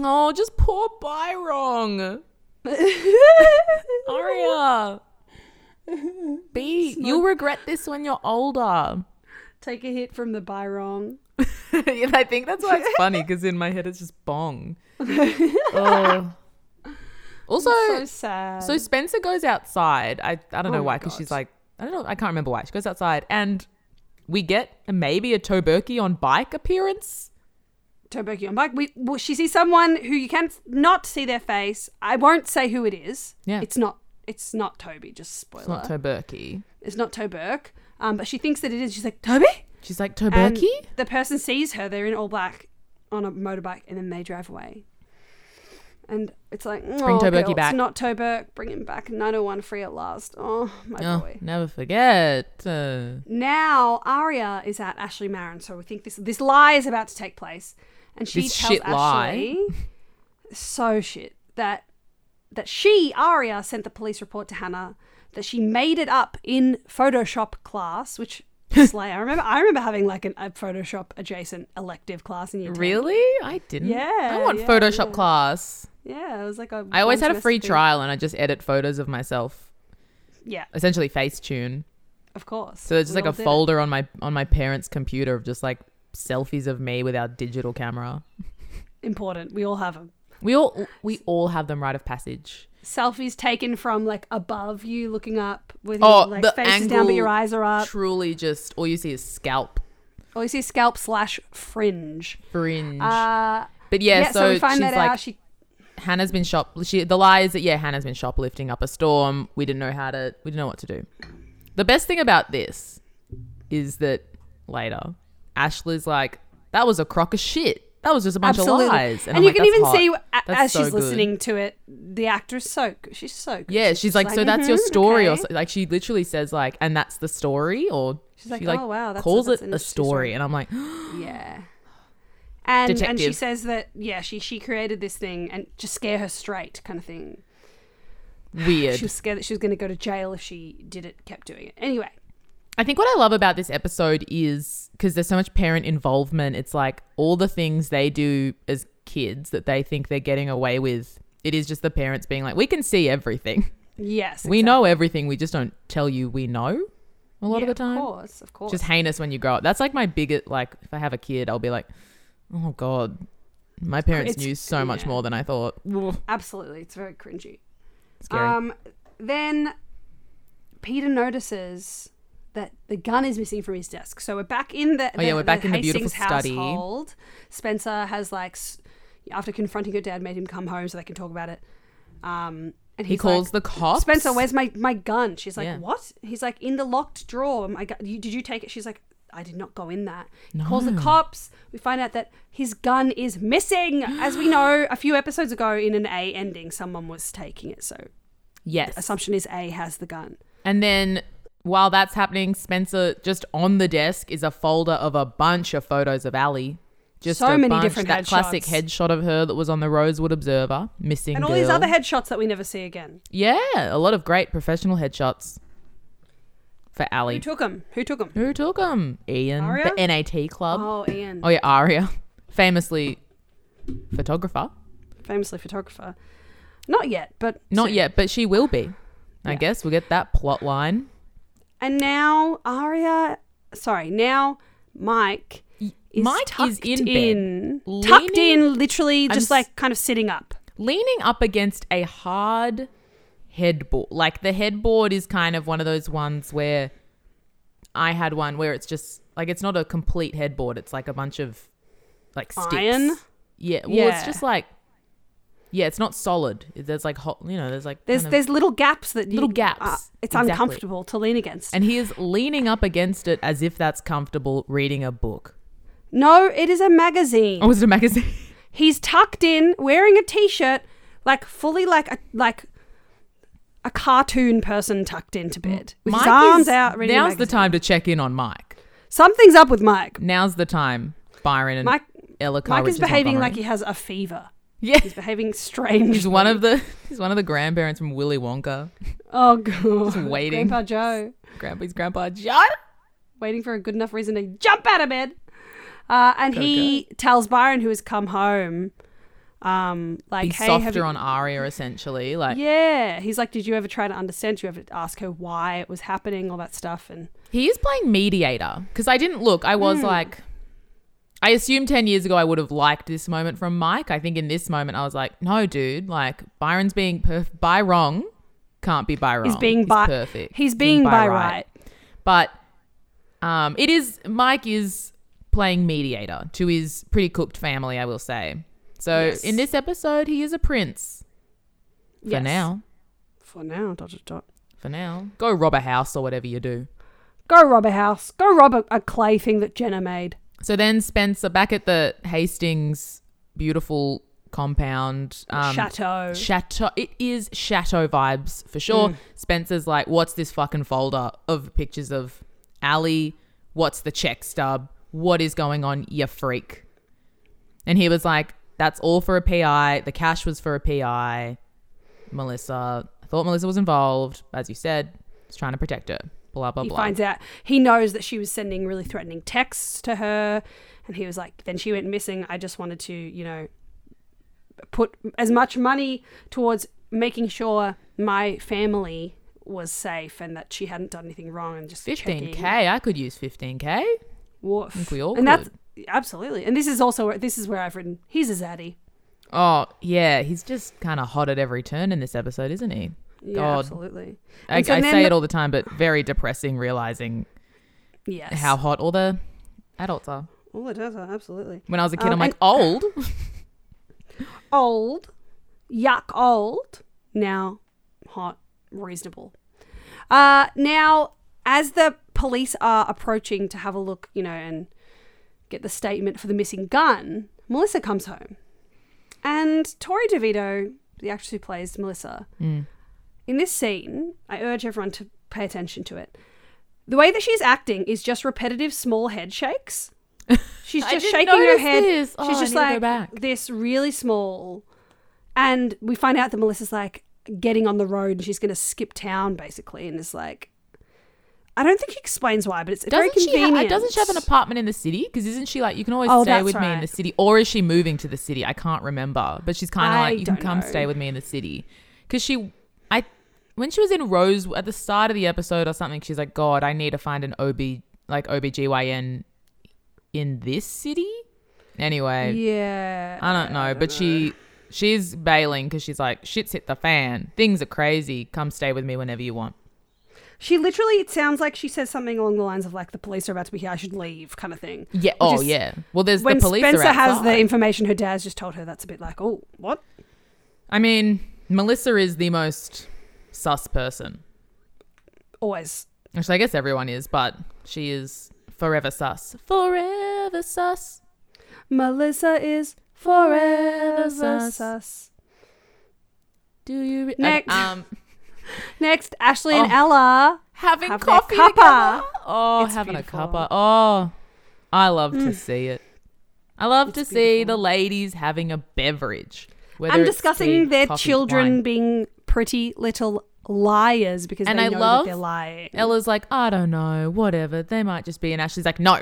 Oh, just poor Byron. Aria. B, you'll regret this when you're older.
Take a hit from the Byron.
and I think that's why it's funny because in my head it's just bong. oh. Also,
So
so,
sad. Oh
Spencer goes outside. I, I don't know
my
why because
God.
she's like, I don't know, I can't remember why. She goes outside and we get a, maybe a Toberky on bike appearance.
Tobeki on bike. We well, she sees someone who you can not see their face. I won't say who it is.
Yeah.
it's not. It's not Toby. Just spoiler.
It's not Toberky.
it's not Toberk. Um, but she thinks that it is. She's like Toby.
She's like,
And
Toberky?
The person sees her. They're in all black on a motorbike, and then they drive away. And it's like bring
Tobeki back."
It's not Toberk. Bring him back. Nine hundred one free at last. Oh my
Oh,
boy.
never forget. Uh,
Now Arya is at Ashley Marin, so we think this this lie is about to take place, and she
This
tells
shit lie.
Ashley, so shit that that she Arya sent the police report to Hannah that she made it up in Photoshop class, which slay. I remember I remember having like an, a Photoshop adjacent elective class in year 10.
really? I didn't. I
Yeah,
want
yeah,
Photoshop
yeah.
class.
Yeah, it was like a.
I always
one
had a free
semester thing.
trial and I just edit photos of myself,
Yeah,
essentially Facetune.
of course.
So there's just
We
like
all
a
did it.
folder on my on my parents' computer of just like selfies of me with our digital camera.
Important. We all have them.
We all we all have them rite of passage.
Selfies taken from like above you, looking up with
Oh,
your like,
the
face is down, but your
angle
eyes are up.
Truly, just all you see is scalp
Oh, you see scalp slash fringe.
fringe.
Uh,
but yeah, so,
we find
she's
that
like
out. She
Hannah's been shop. She the lie is that yeah Hannah's been shoplifting up a storm. We didn't know how to. We didn't know what to do. The best thing about this is that later, Ashley's like that was a crock of shit. That was just a bunch
absolutely,
of lies.
and,
I'm
you
like,
can
"That's
even
hot.
see a-
That's
as
so
she's
good."
listening to it, the actress so good. she's so good.
Yeah, she's,
just
like, so that's your
"Mhm,
story, or
okay."
so, like she literally says like, and that's the story, or she's
like, "Oh, wow, that's a-
calls
that's
it
an
a
interesting
story.
story.
and I'm like,
yeah. And and she
Detective.
says that yeah she she created this thing and just scare her straight kind of thing.
weird.
She was scared that she was going to go to jail if she did it, kept doing it. Anyway,
I think what I love about this episode is because there's so much parent involvement. It's like all the things they do as kids that they think they're getting away with. It is just the parents being like, we can see everything.
Yes.
We
exact-
know everything. We just don't tell you we know a lot
Yeah,
of the time.
Of course, of course.
Just heinous when you grow up. That's like my biggest, like, if I have a kid, I'll be like, oh God, my parents
it's-
knew so much
yeah.
more than I thought. Ugh,
Absolutely. It's very cringy.
Scary.
Um, then Peter notices that the gun is missing from his desk. So we're back in the.
Oh, yeah, we're back in the beautiful
Hastings
study.
Household. Spencer has like, s- after confronting her dad, made him come home so they can talk about it. Um, and
he
he's
calls
like,
the cops.
Spencer, where's my, my gun? She's like,
Yeah.
what? He's like, in the locked drawer. "Oh My gu- you, did you take it? She's like, I did not go in that. He calls the
No.
cops. We find out that his gun is missing. As we know, a few episodes ago in an A ending, someone was taking it. So
Yes.
assumption is A has the gun.
And then while that's happening, Spencer just on the desk is a folder of a bunch of photos of Allie. Just
So
a
many
bunch,
different
that classic
headshots.
headshot of her that was on the Rosewood Observer, missing
And all these
girl.
other headshots that we never see again.
yeah, a lot of great professional headshots for
Who
Allie.
took them? Who took them?
Who took them? Ian,
Aria?
the NAT club. Oh,
Oh, Ian,
yeah, Aria, famously photographer.
famously photographer. Not yet, but
Not
soon.
yet, but she will be. I guess we'll get that plot line.
And now Aria, sorry, now Mike is
Mike is
tucked
in bed,
in tucked
leaning-
in, literally
I'm
just
s-
like kind of sitting up.
leaning up against a hard headboard. Like the headboard is kind of one of those ones where I had one where it's just like it's not a complete headboard. It's like a bunch of like sticks.
Iron?
Yeah. Well, it's
Yeah.
just like yeah, it's not solid. There's like hot, you know. There's like
There's
kind of-
there's little gaps that you, uh,
Little gaps,
it's
exactly.
uncomfortable to lean against.
and he is leaning up against it as if that's comfortable reading a book.
no, it is a magazine.
Oh, is it a magazine?
He's tucked in, wearing a t-shirt, like fully like a like a cartoon person tucked into bed with his arms
is-
out. Reading a
Now's the
magazine.
time to check in on Mike.
Something's up with Mike.
Now's the time, Byron and
Mike-
Ella Carr
Mike is
Richards
behaving
Montgomery.
like he has a fever.
Yeah.
He's behaving strange.
He's one of the he's one of the grandparents from Willy Wonka.
oh god,
waiting.
Grandpa Joe.
Grandpa's grandpa John.
waiting for a good enough reason to jump out of bed. Uh, and he tells Byron, who has come home, um, like,
He's
hey, have
softer
you-"
on Aria essentially. Like
Yeah, he's like, did you ever try to understand? Did you ever ask her why it was happening? All that stuff. And
he is playing mediator because I didn't look. I
Hmm.
was like, I assume ten years ago I would have liked this moment from Mike. I think in this moment I was like, no, dude, like Byron's being perf- by wrong, can't be by wrong.
he's being by
Oh, perfect.
He's being, by, right.
But um, it is Mike is playing mediator to his pretty cooked family, I will say. So
Yes.
in this episode, he is a prince for
Yes.
now.
For now, dot dot dot.
For now, go rob a house or whatever you do.
Go rob a house. Go rob a, a clay thing that Jenna made.
So then Spencer back at the Hastings beautiful compound um,
Chateau. Mm.
Chateau. It is chateau vibes for sure. Spencer's like, what's this fucking folder of pictures of Ali? What's the check stub? What is going on, you freak? And he was like, that's all for a PI. The cash was for a PI. Melissa, I thought Melissa was involved. As you said, he's trying to protect her. Blah, blah,
he
blah.
finds out he knows that she was sending really threatening texts to her and he was like then she went missing i just wanted to you know put as much money towards making sure my family was safe and that she hadn't done anything wrong and just
15K.
checking.
I could use 15K.
Woof.
think we all
and that's absolutely and this is also where this is where i've written he's a zaddy
Oh, yeah. He's just kind of hot at every turn in this episode, isn't he?
yeah
God.
absolutely
I,
And so
I
then
say
the-
it all the time, but very depressing realizing
yes
how hot all the adults are.
oh it does absolutely
When I was a kid,
Um,
I'm like, old?
old, yuck old, now hot, reasonable. Uh, now, as the police are approaching to have a look, you know, and get the statement for the missing gun, Melissa comes home. And Tori DeVito, the actress who plays Melissa,
Mm.
in this scene, I urge everyone to pay attention to it. The way that she's acting is just repetitive small head shakes. She's
I
just
didn't
shaking her
notice
head.
this. Oh,
She's
I
just
need to go
like
back.
this really small. And we find out that Melissa's like getting on the road and she's going to skip town basically and is like I don't think he explains why, but it's very
Doesn't she,
convenient.
ha- uh, doesn't she have an apartment in the city? Because isn't she like, you can always
Oh,
stay
that's
with me in
right.
the city? Or is she moving to the city? I can't remember. But she's kind of
I
like, you can
don't
come
know.
stay with me in the city. Because she, I, when she was in Rose at the start of the episode or something, she's like, God, I need to find an OB, like OBGYN in this city? Anyway,
Yeah.
I don't know. but she, she's bailing because she's like, shit's hit the fan. Things are crazy. Come stay with me whenever you want.
She literally, it sounds like she says something along the lines of, like, the police are about to be here, I should leave, kind of thing.
Yeah.
Which
oh,
is-
yeah. Well, there's
When
the police. are
Spencer has the
outside.
information her dad's just told her, that's a bit like, oh, what?
I mean, Melissa is the most sus person,
Always.
which I guess everyone is, but she is forever sus. Forever sus.
Melissa is forever
Sus.
sus.
Do you re-
Next.
um
Next, Ashley and
Oh.
Ella.
having
Have their
coffee
cuppa.
together? Oh,
It's
having
beautiful. Mm.
a cuppa. Oh, I love to see it. I love to see the ladies having a beverage. whether
and
it's tea,
discussing their
coffee,
children
wine.
being pretty little liars because
And
they
I
know
love
that they're lying.
Ella's like, I don't know, whatever. They might just be. And Ashley's like, no,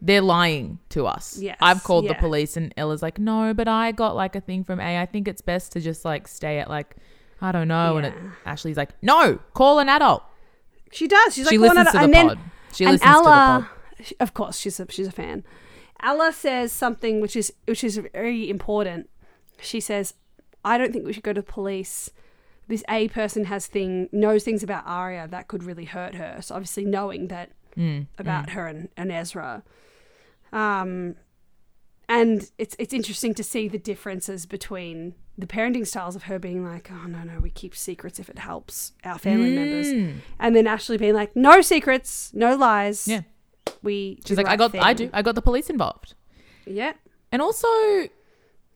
they're lying to us.
Yes,
I've called the
yeah.
police, and Ella's like, no, but I got like a thing from A. I think it's best to just like stay at like, I don't know. And it,
Yeah.
Ashley's like, no, call an adult.
She does. She's
she
like,
listens
"Well,
to
no,
the
no," and
pod.
then,
She
and
listens to the
Ella,
pod.
she- of course, she's a, she's a fan. Ella says something which is which is very important. She says, "I don't think we should go to the police. This A person has thing knows things about Arya that could really hurt her. So obviously, knowing that about
Mm.
her and, and Ezra, um, and it's it's interesting to see the differences between." The parenting styles of her being like, oh no, no, we keep secrets if it helps our family members.
Mm.
And then Ashley being like, no secrets, no lies.
Yeah.
We. do
She's
the
like, I
right
got, I
thing."
do, I got the police involved.
Yeah.
And also,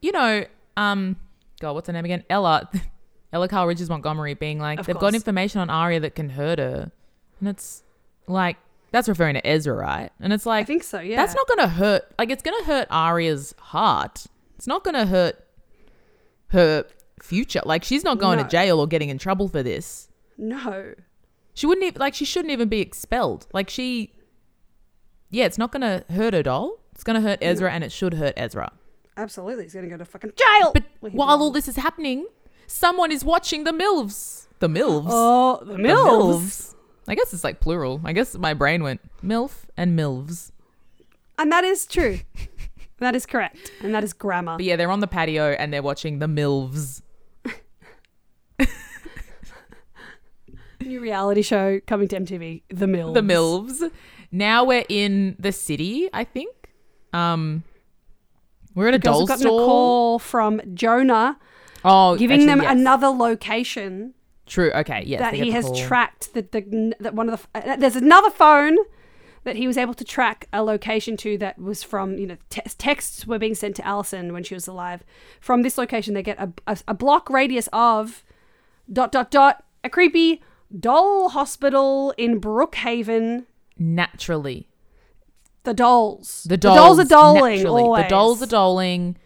you know, um, God, what's her name again? Ella, Ella Carl Richards Montgomery being like,
Of
they've got
course.
information on Arya that can hurt her. And it's like, that's referring to Ezra, right? And it's
I
like,
think so. Yeah.
that's not going to hurt. Like, it's going to hurt Arya's heart. It's not going to hurt her future. Like, she's not going
No.
to jail or getting in trouble for this.
No.
She wouldn't even, like, she shouldn't even be expelled. Like, she, yeah, it's not going to hurt her at all. It's going to hurt Ezra and it should hurt Ezra.
Absolutely. He's going to go to fucking jail.
But
Well, he
while all
won't.
this is happening, someone is watching the MILFs. The MILFs.
Oh, the
The
mills.
I guess it's like plural. I guess my brain went MILF and MILVs.
And that is true. that is correct. And that is grammar.
But yeah, they're on the patio and they're watching the MILVs.
New reality show coming to MTV, The Mills.
The MILVs. Now we're in the city, I think. Um we're at a doll
Girls have gotten a
store.
call from Jonah
Oh,
giving
actually,
them
yes.
another location
True. Okay. Yes.
that
they get
he
the
has
call.
tracked that the that one of the uh, there's another phone that he was able to track a location to that was from you know te- texts were being sent to Allison when she was alive from this location they get a, a, a block radius of dot dot dot a creepy doll hospital in Brookhaven
Naturally.
the dolls
The dolls,
are dolling
naturally.
always.
The dolls are dolling.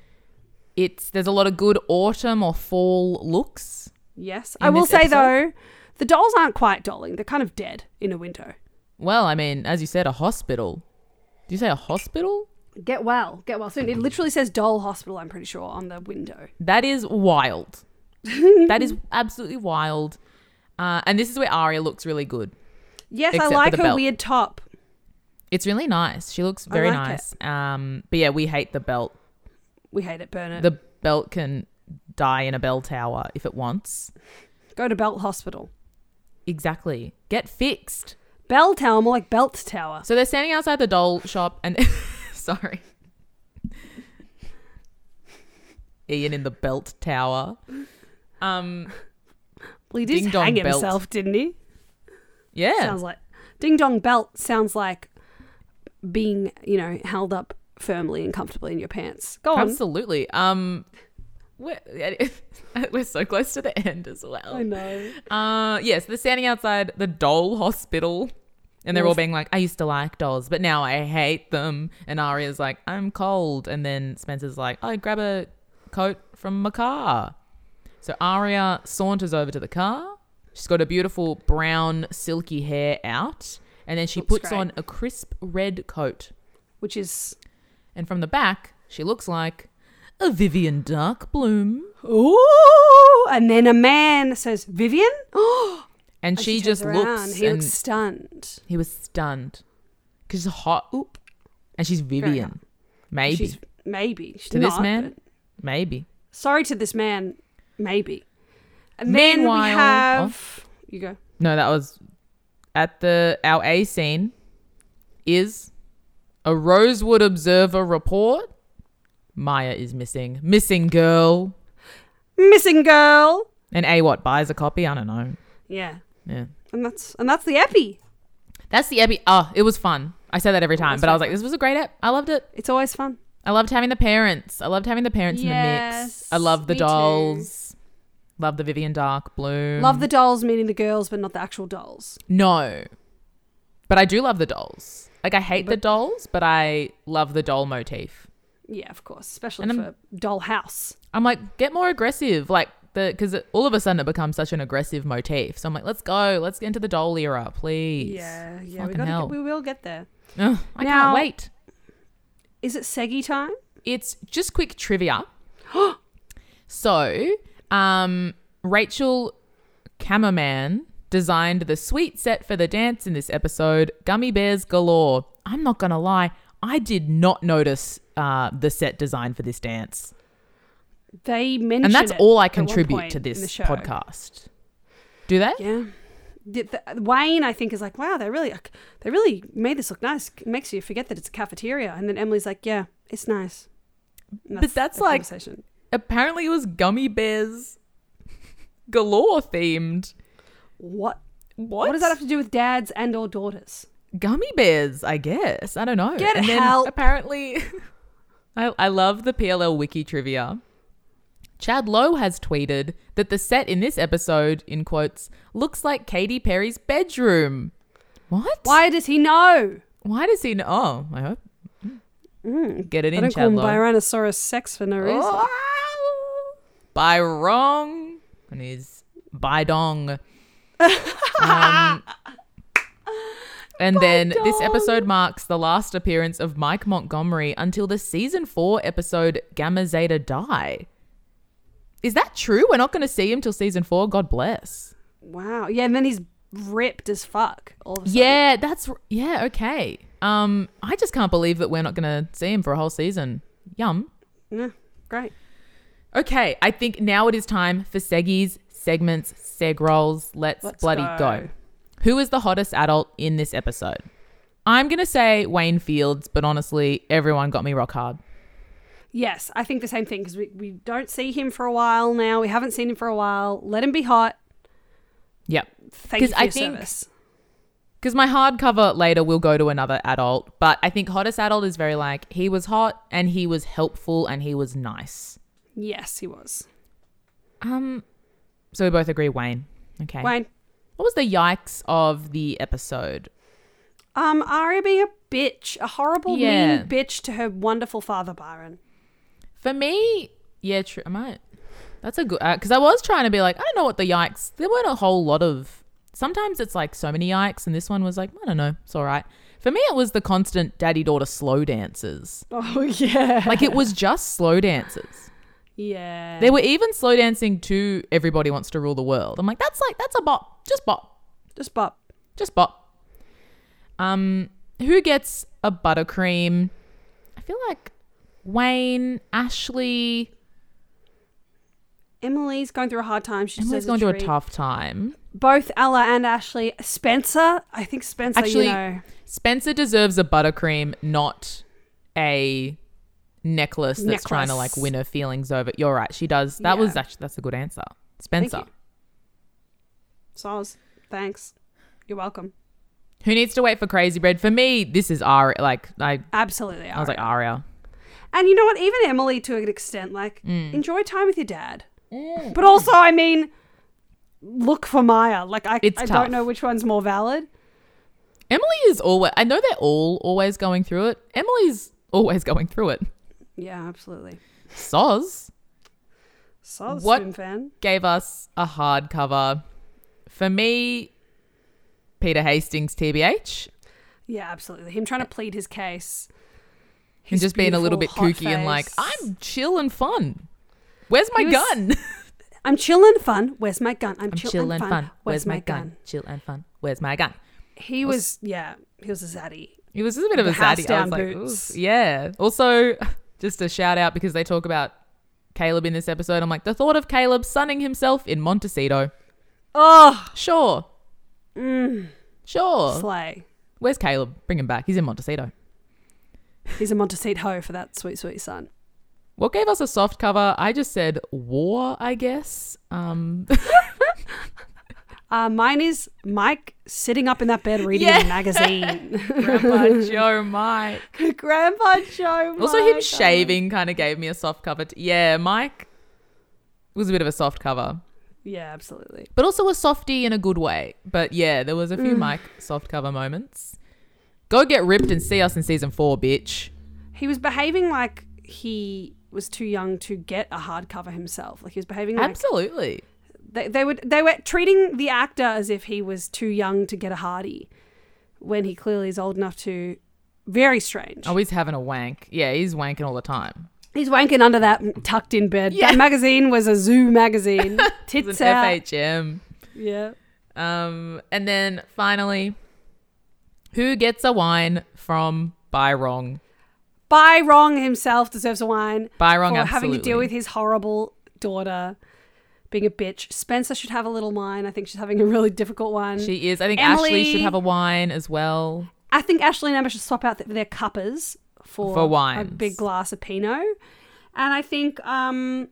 It's there's a lot of good autumn or fall looks.
yes
in
I will
this
say
episode.
though the dolls aren't quite dolling they're kind of dead in a window
Well, I mean, as you said, a hospital. Do you say a hospital?
get well get well soon it literally says doll hospital I'm pretty sure on the window
That is wild. that is absolutely wild. Uh, and this is where Aria looks really good.
Yes,
Except for
I like
the
her
belt.
weird top.
It's really nice. She looks very
like
nice. Um, but yeah, we hate the belt.
We hate it, burn it.
The belt can die in a bell tower if it wants.
Go to Belt Hospital.
Exactly. Get fixed.
Bell Tower, more like Belt Tower.
So they're standing outside the doll shop and sorry. Ian in the belt tower. Um
Well, he did
Ding dong
hang
belt.
himself, didn't he?
yeah.
Sounds like Ding Dong Belt sounds like being, you know, held up firmly and comfortably in your pants. Go on.
Absolutely. Um we're, we're so close to the end as well.
I know.
Uh yes, they're standing outside the doll hospital. And they're all being like, I used to like dolls, but now I hate them. And Arya's like, I'm cold. And then Spencer's like, I grab a coat from my car. So Aria saunters over to the car. She's got her beautiful brown silky hair out, and then she
Looks
puts
great.
on a crisp red coat.
which is
And from the back, she looks like a Vivian Dark Bloom.
oh. And then a man says, "Vivian." Oh,
And she, just looks
He
and
looks stunned.
he was stunned because she's hot. Oop. And she's Vivian. Maybe.
She's maybe she's
to this
not,
man?
but-
Maybe.
Sorry to this man. Maybe. And then
Meanwhile-
we have you go.
No, that was at the our A scene is a Rosewood Observer report. Maya is missing. Missing girl.
Missing girl.
And A what buys a copy? I don't know.
Yeah,
Yeah.
and that's and that's the epi.
That's the epi. Oh, it was fun. I say that every time, but I was like, this was a great ep. I loved it.
It's always fun.
I loved having the parents. I loved having the parents in the mix.
Yes,
I love the
me too.
dolls. Love the Vivian Dark Bloom.
Love the dolls meeting the girls, but not the actual dolls.
no, but I do love the dolls. Like I hate the dolls, but I love the doll motif.
Yeah, of course, especially
And
for
I'm-
dollhouse.
I'm like, get more aggressive, like the because all of a sudden it becomes such an aggressive motif. So I'm like, let's go, let's get into the doll era, please.
Yeah, yeah, we,
fucking
gotta
hell.
get, we will get there.
Ugh, I
Now-
can't wait.
Is it Segi time?
It's just quick trivia. so, um, Rachel Cameraman designed the sweet set for the dance in this episode, Gummy Bears Galore. I'm not going to lie, I did not notice uh, the set design for this dance.
They mention
And that's
it
all I
at one
contribute
point
to
in the
this
show.
podcast. Do they?
Yeah. Did the- Wayne, I think, is like, wow, they really, they really made this look nice. It makes you forget that it's a cafeteria. And then Emily's like, yeah, it's nice. And
But that's
the
like-
conversation.
Apparently, it was Gummy Bears Galore themed.
what?
What?
What does that have to do with dads and or daughters?
gummy bears, I guess. I don't know.
Get
and then
help.
apparently I, I love the PLL wiki trivia. Chad Lowe has tweeted that the set in this episode, in quotes, looks like Katy Perry's bedroom. What?
Why does he know?
Why does he know? Oh, I hope. Get it
I
in,
don't Mm. call
Chad
him
Lowe.
Byronosaurus sex for no reason.
Oh, by wrong, and he's by dong. um, and then this episode marks the last appearance of Mike Montgomery until the season four episode Gamma Zeta Die. Is that true? We're not going to see him till season four. God bless.
Wow. Yeah, and then he's ripped as fuck. All of a sudden.
Yeah, that's r- yeah. Okay. Um, I just can't believe that we're not going to see him for a whole season. Yum.
Yeah, great.
Okay, I think now it is time for Seggies, segments, seg rolls. Let's,
Let's
bloody
go.
go. Who is the hottest adult in this episode? I'm going to say Wayne Fields, but honestly, everyone got me rock hard.
Yes, I think the same thing because we, we don't see him for a while now. We haven't seen him for a while. Let him be hot.
Yep.
Thank you
'Cause
for
I
your
think-
service.
Because my hardcover later will go to another adult, but I think hottest adult is very like he was hot and he was helpful and he was nice.
Yes, he was.
Um, so we both agree Wayne. Okay.
Wayne,
What was the yikes of the episode?
um, Arya being a bitch, a horrible
Yeah.
mean bitch to her wonderful father Byron.
For me, yeah, true. I might. That's a good because I was trying to be like, I don't know what the yikes. There weren't a whole lot of. Sometimes it's like so many yikes, and this one was like, I don't know, it's all right. For me, it was the constant daddy daughter slow dances.
Oh yeah,
Like it was just slow dances.
yeah.
They were even slow dancing to "Everybody Wants to Rule the World." I'm like, that's like that's a bop, just bop,
Just bop.
just bop. Um, who gets a buttercream? I feel like Wayne, Ashley,
Emily's going through a hard time. She
Emily's
deserves
going through a
treat.
tough time.
Both Ella and Ashley. Spencer, I think Spencer.
Actually-
you know,
Spencer deserves a buttercream, not a necklace that's
Necklace.
trying to like win her feelings over. You're right. She does. That
Yeah.
was actually that's a good answer. Spencer.
you. Soz, thanks. You're welcome.
Who needs to wait for crazy bread? For me, this is Aria. Like I,
Absolutely.
I was like Aria.
And you know what? Even Emily, to an extent, like
Mm.
enjoy time with your dad. But also, I mean, look for Maya. Like I,
It's
I
tough.
don't know which one's more valid.
Emily is always. I know they're all always going through it. Emily's always going through it.
Yeah, absolutely.
Soz
So
What-
swim fan.
gave us a hardcover For me, Peter Hastings, TBH,
Yeah, absolutely. Him trying to plead his case.
and just being a little bit
beautiful, hot
kooky and like,
face.
I'm chill and fun. Where's my
He was-
gun?
I'm chill and fun. Where's my gun? I'm,
I'm
chill, and fun. Where's, my gun?
Chill and fun. Where's my gun?
He was, yeah, he was a zaddy.
It was just a bit of
The
a
house
zaddy. I
down
was like,
boots.
"Oof." yeah. Also, just a shout out because they talk about Caleb in this episode. I'm like, the thought of Caleb sunning himself in Montecito.
Oh,
Sure.
Mm.
Sure.
slay.
Where's Caleb? Bring him back. He's in Montecito.
He's a Montecito hoe for that sweet, sweet son.
What gave us a soft cover? I just said war, I guess. Um,
Uh, mine is Mike sitting up in that bed reading a magazine.
Grandpa Joe Mike.
Grandpa Joe.
Also, him
Mike.
shaving kind of gave me a soft cover. T- yeah, Mike was a bit of a soft cover,
Yeah, absolutely.
but also a softy in a good way. But yeah, there was a
Mm.
few Mike soft cover moments. Go get ripped and see us in season four, bitch.
He was behaving like he was too young to get a hardcover himself. Like he was behaving like
Absolutely.
they, they would they were treating the actor as if he was too young to get a hardy when he clearly is old enough to very strange
Oh, he's having a wank. Yeah, he's wanking all the time.
he's wanking under that m- tucked in bed
Yeah.
that magazine was a zoo magazine
It's
tits
an
out
FHM.
yeah
Um, and then finally, who gets a wine from By Wrong?
by wrong himself deserves a wine
By Wrong,
for
absolutely.
having to deal with his horrible daughter being a bitch spencer should have a little wine i think she's having a really difficult one
She is. I think Ashley
Emily-
should have a wine as well.
i think ashley and emma should swap out th- their cuppers for,
For
a
wines.
big glass of pinot and i think um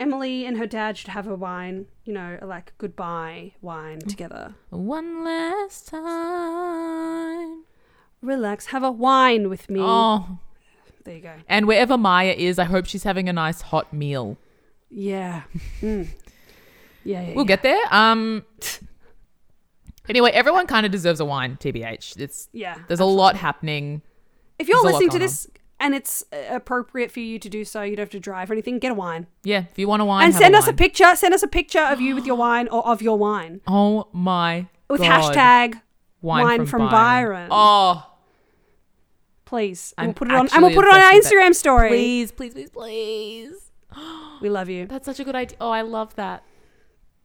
emily and her dad should have a wine you know like goodbye wine together
One last time.
relax have a wine with me
Oh,
there you go
and wherever Maya is, I hope she's having a nice hot meal.
yeah Mm. yeah, yeah
We'll
yeah.
get there. Um. Anyway, everyone kind of deserves a wine, tbh. It's
yeah
there's a lot happening.
If you're
There's a lot
listening to
going
this and it's uh, appropriate for you to do so, you don't have to drive or anything, get a wine.
Yeah, if you want a wine,
and
have
send
a
us a
wine.
picture. Send us a picture of you with your wine or of your wine
Oh my
with
God.
hashtag,
wine,
wine
from,
from
Byron.
Byron.
Oh,
please.
I'm
and we'll put it on and
actually
we'll put it on our
obsessed with
Instagram story.
please, please, please, please.
We love you.
That's such a good idea. Oh, I love that.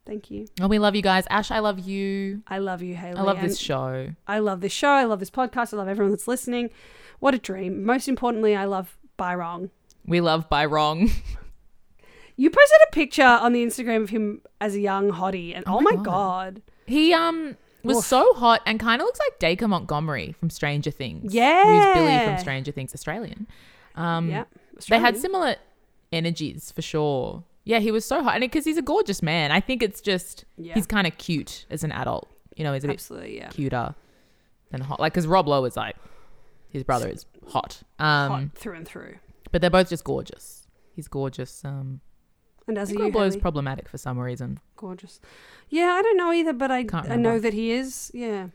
Thank you.
And Oh, we love you guys. Ash, I love you.
I love you, Haley.
I love
and
this show.
I love this show. I love this podcast. I love everyone that's listening. What a dream. Most importantly, I love Byrong.
We love by wrong.
You posted a picture on the Instagram of him as a young hottie and oh, my god.
He um was
Oof.
so hot and kind of looks like Dacre Montgomery from Stranger Things. who's Billy
Yeah.
from Stranger Things, Australian. Um,
Yeah.
they had
Australian.
similar energies for sure. Yeah, he was so hot, and because he's a gorgeous man, I think it's just
Yeah.
he's kind of cute as an adult. You know, he's a bit
Absolutely, yeah.
cuter than hot. Like, because Rob Lowe is like his brother is hot. Um,
Hot through and through.
but they're both just gorgeous. He's gorgeous. Um,
And as
I
a
think
you,
Rob Lowe's
Haley?
problematic for some reason.
gorgeous. Yeah, I don't know either, but I,
Can't
I know
remember.
that he is. Yeah.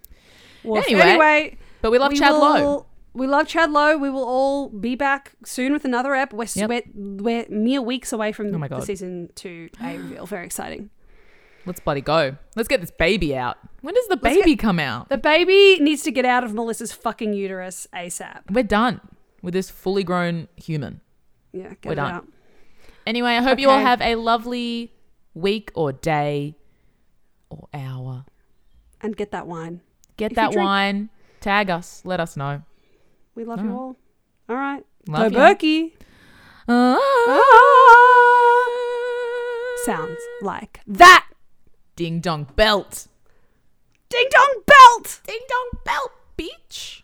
Well,
Anyway, But we love Chad Lowe.
We love Chad Lowe. We will all be back soon with another ep. We're, s
Yep.
we're, we're mere weeks away from
Oh my
the
God.
season two A reveal. Very exciting.
Let's bloody go. Let's get this baby out. When does the
Let's
baby come out?
The baby needs to get out of Melissa's fucking uterus ASAP.
We're done with this fully grown human.
Yeah, get
We're
it
done.
out.
Anyway, I hope you all
Okay.
have a lovely week or day or hour.
And get that wine.
Get
If you
that
drink-
wine. Tag us. Let us know.
We love you all. All right.
Mm. Love
Go
ya.
Berkey. Ah. Sounds like that.
Ding dong belt.
Ding dong belt.
Ding dong belt, bitch.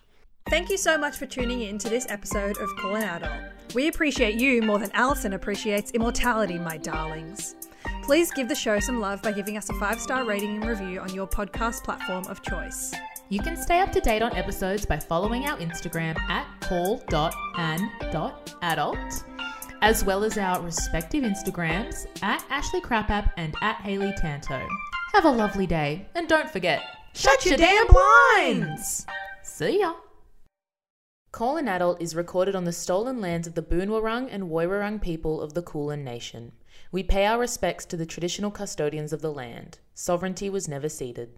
Thank you so much for tuning in to this episode of Call an Adult. We appreciate you more than Alison appreciates immortality, my darlings. Please give the show some love by giving us a five star rating and review on your podcast platform of choice.
You can stay up to date on episodes by following our Instagram at call.an.adult, as well as our respective Instagrams at Ashley Crapapp and at Haley Tanto. Have a lovely day, and don't forget, shut your damn blinds! See ya! Call an Adult is recorded on the stolen lands of the Boonwurrung and Woiwurrung people of the Kulin Nation.
We pay our respects to the traditional custodians of the land. Sovereignty was never ceded.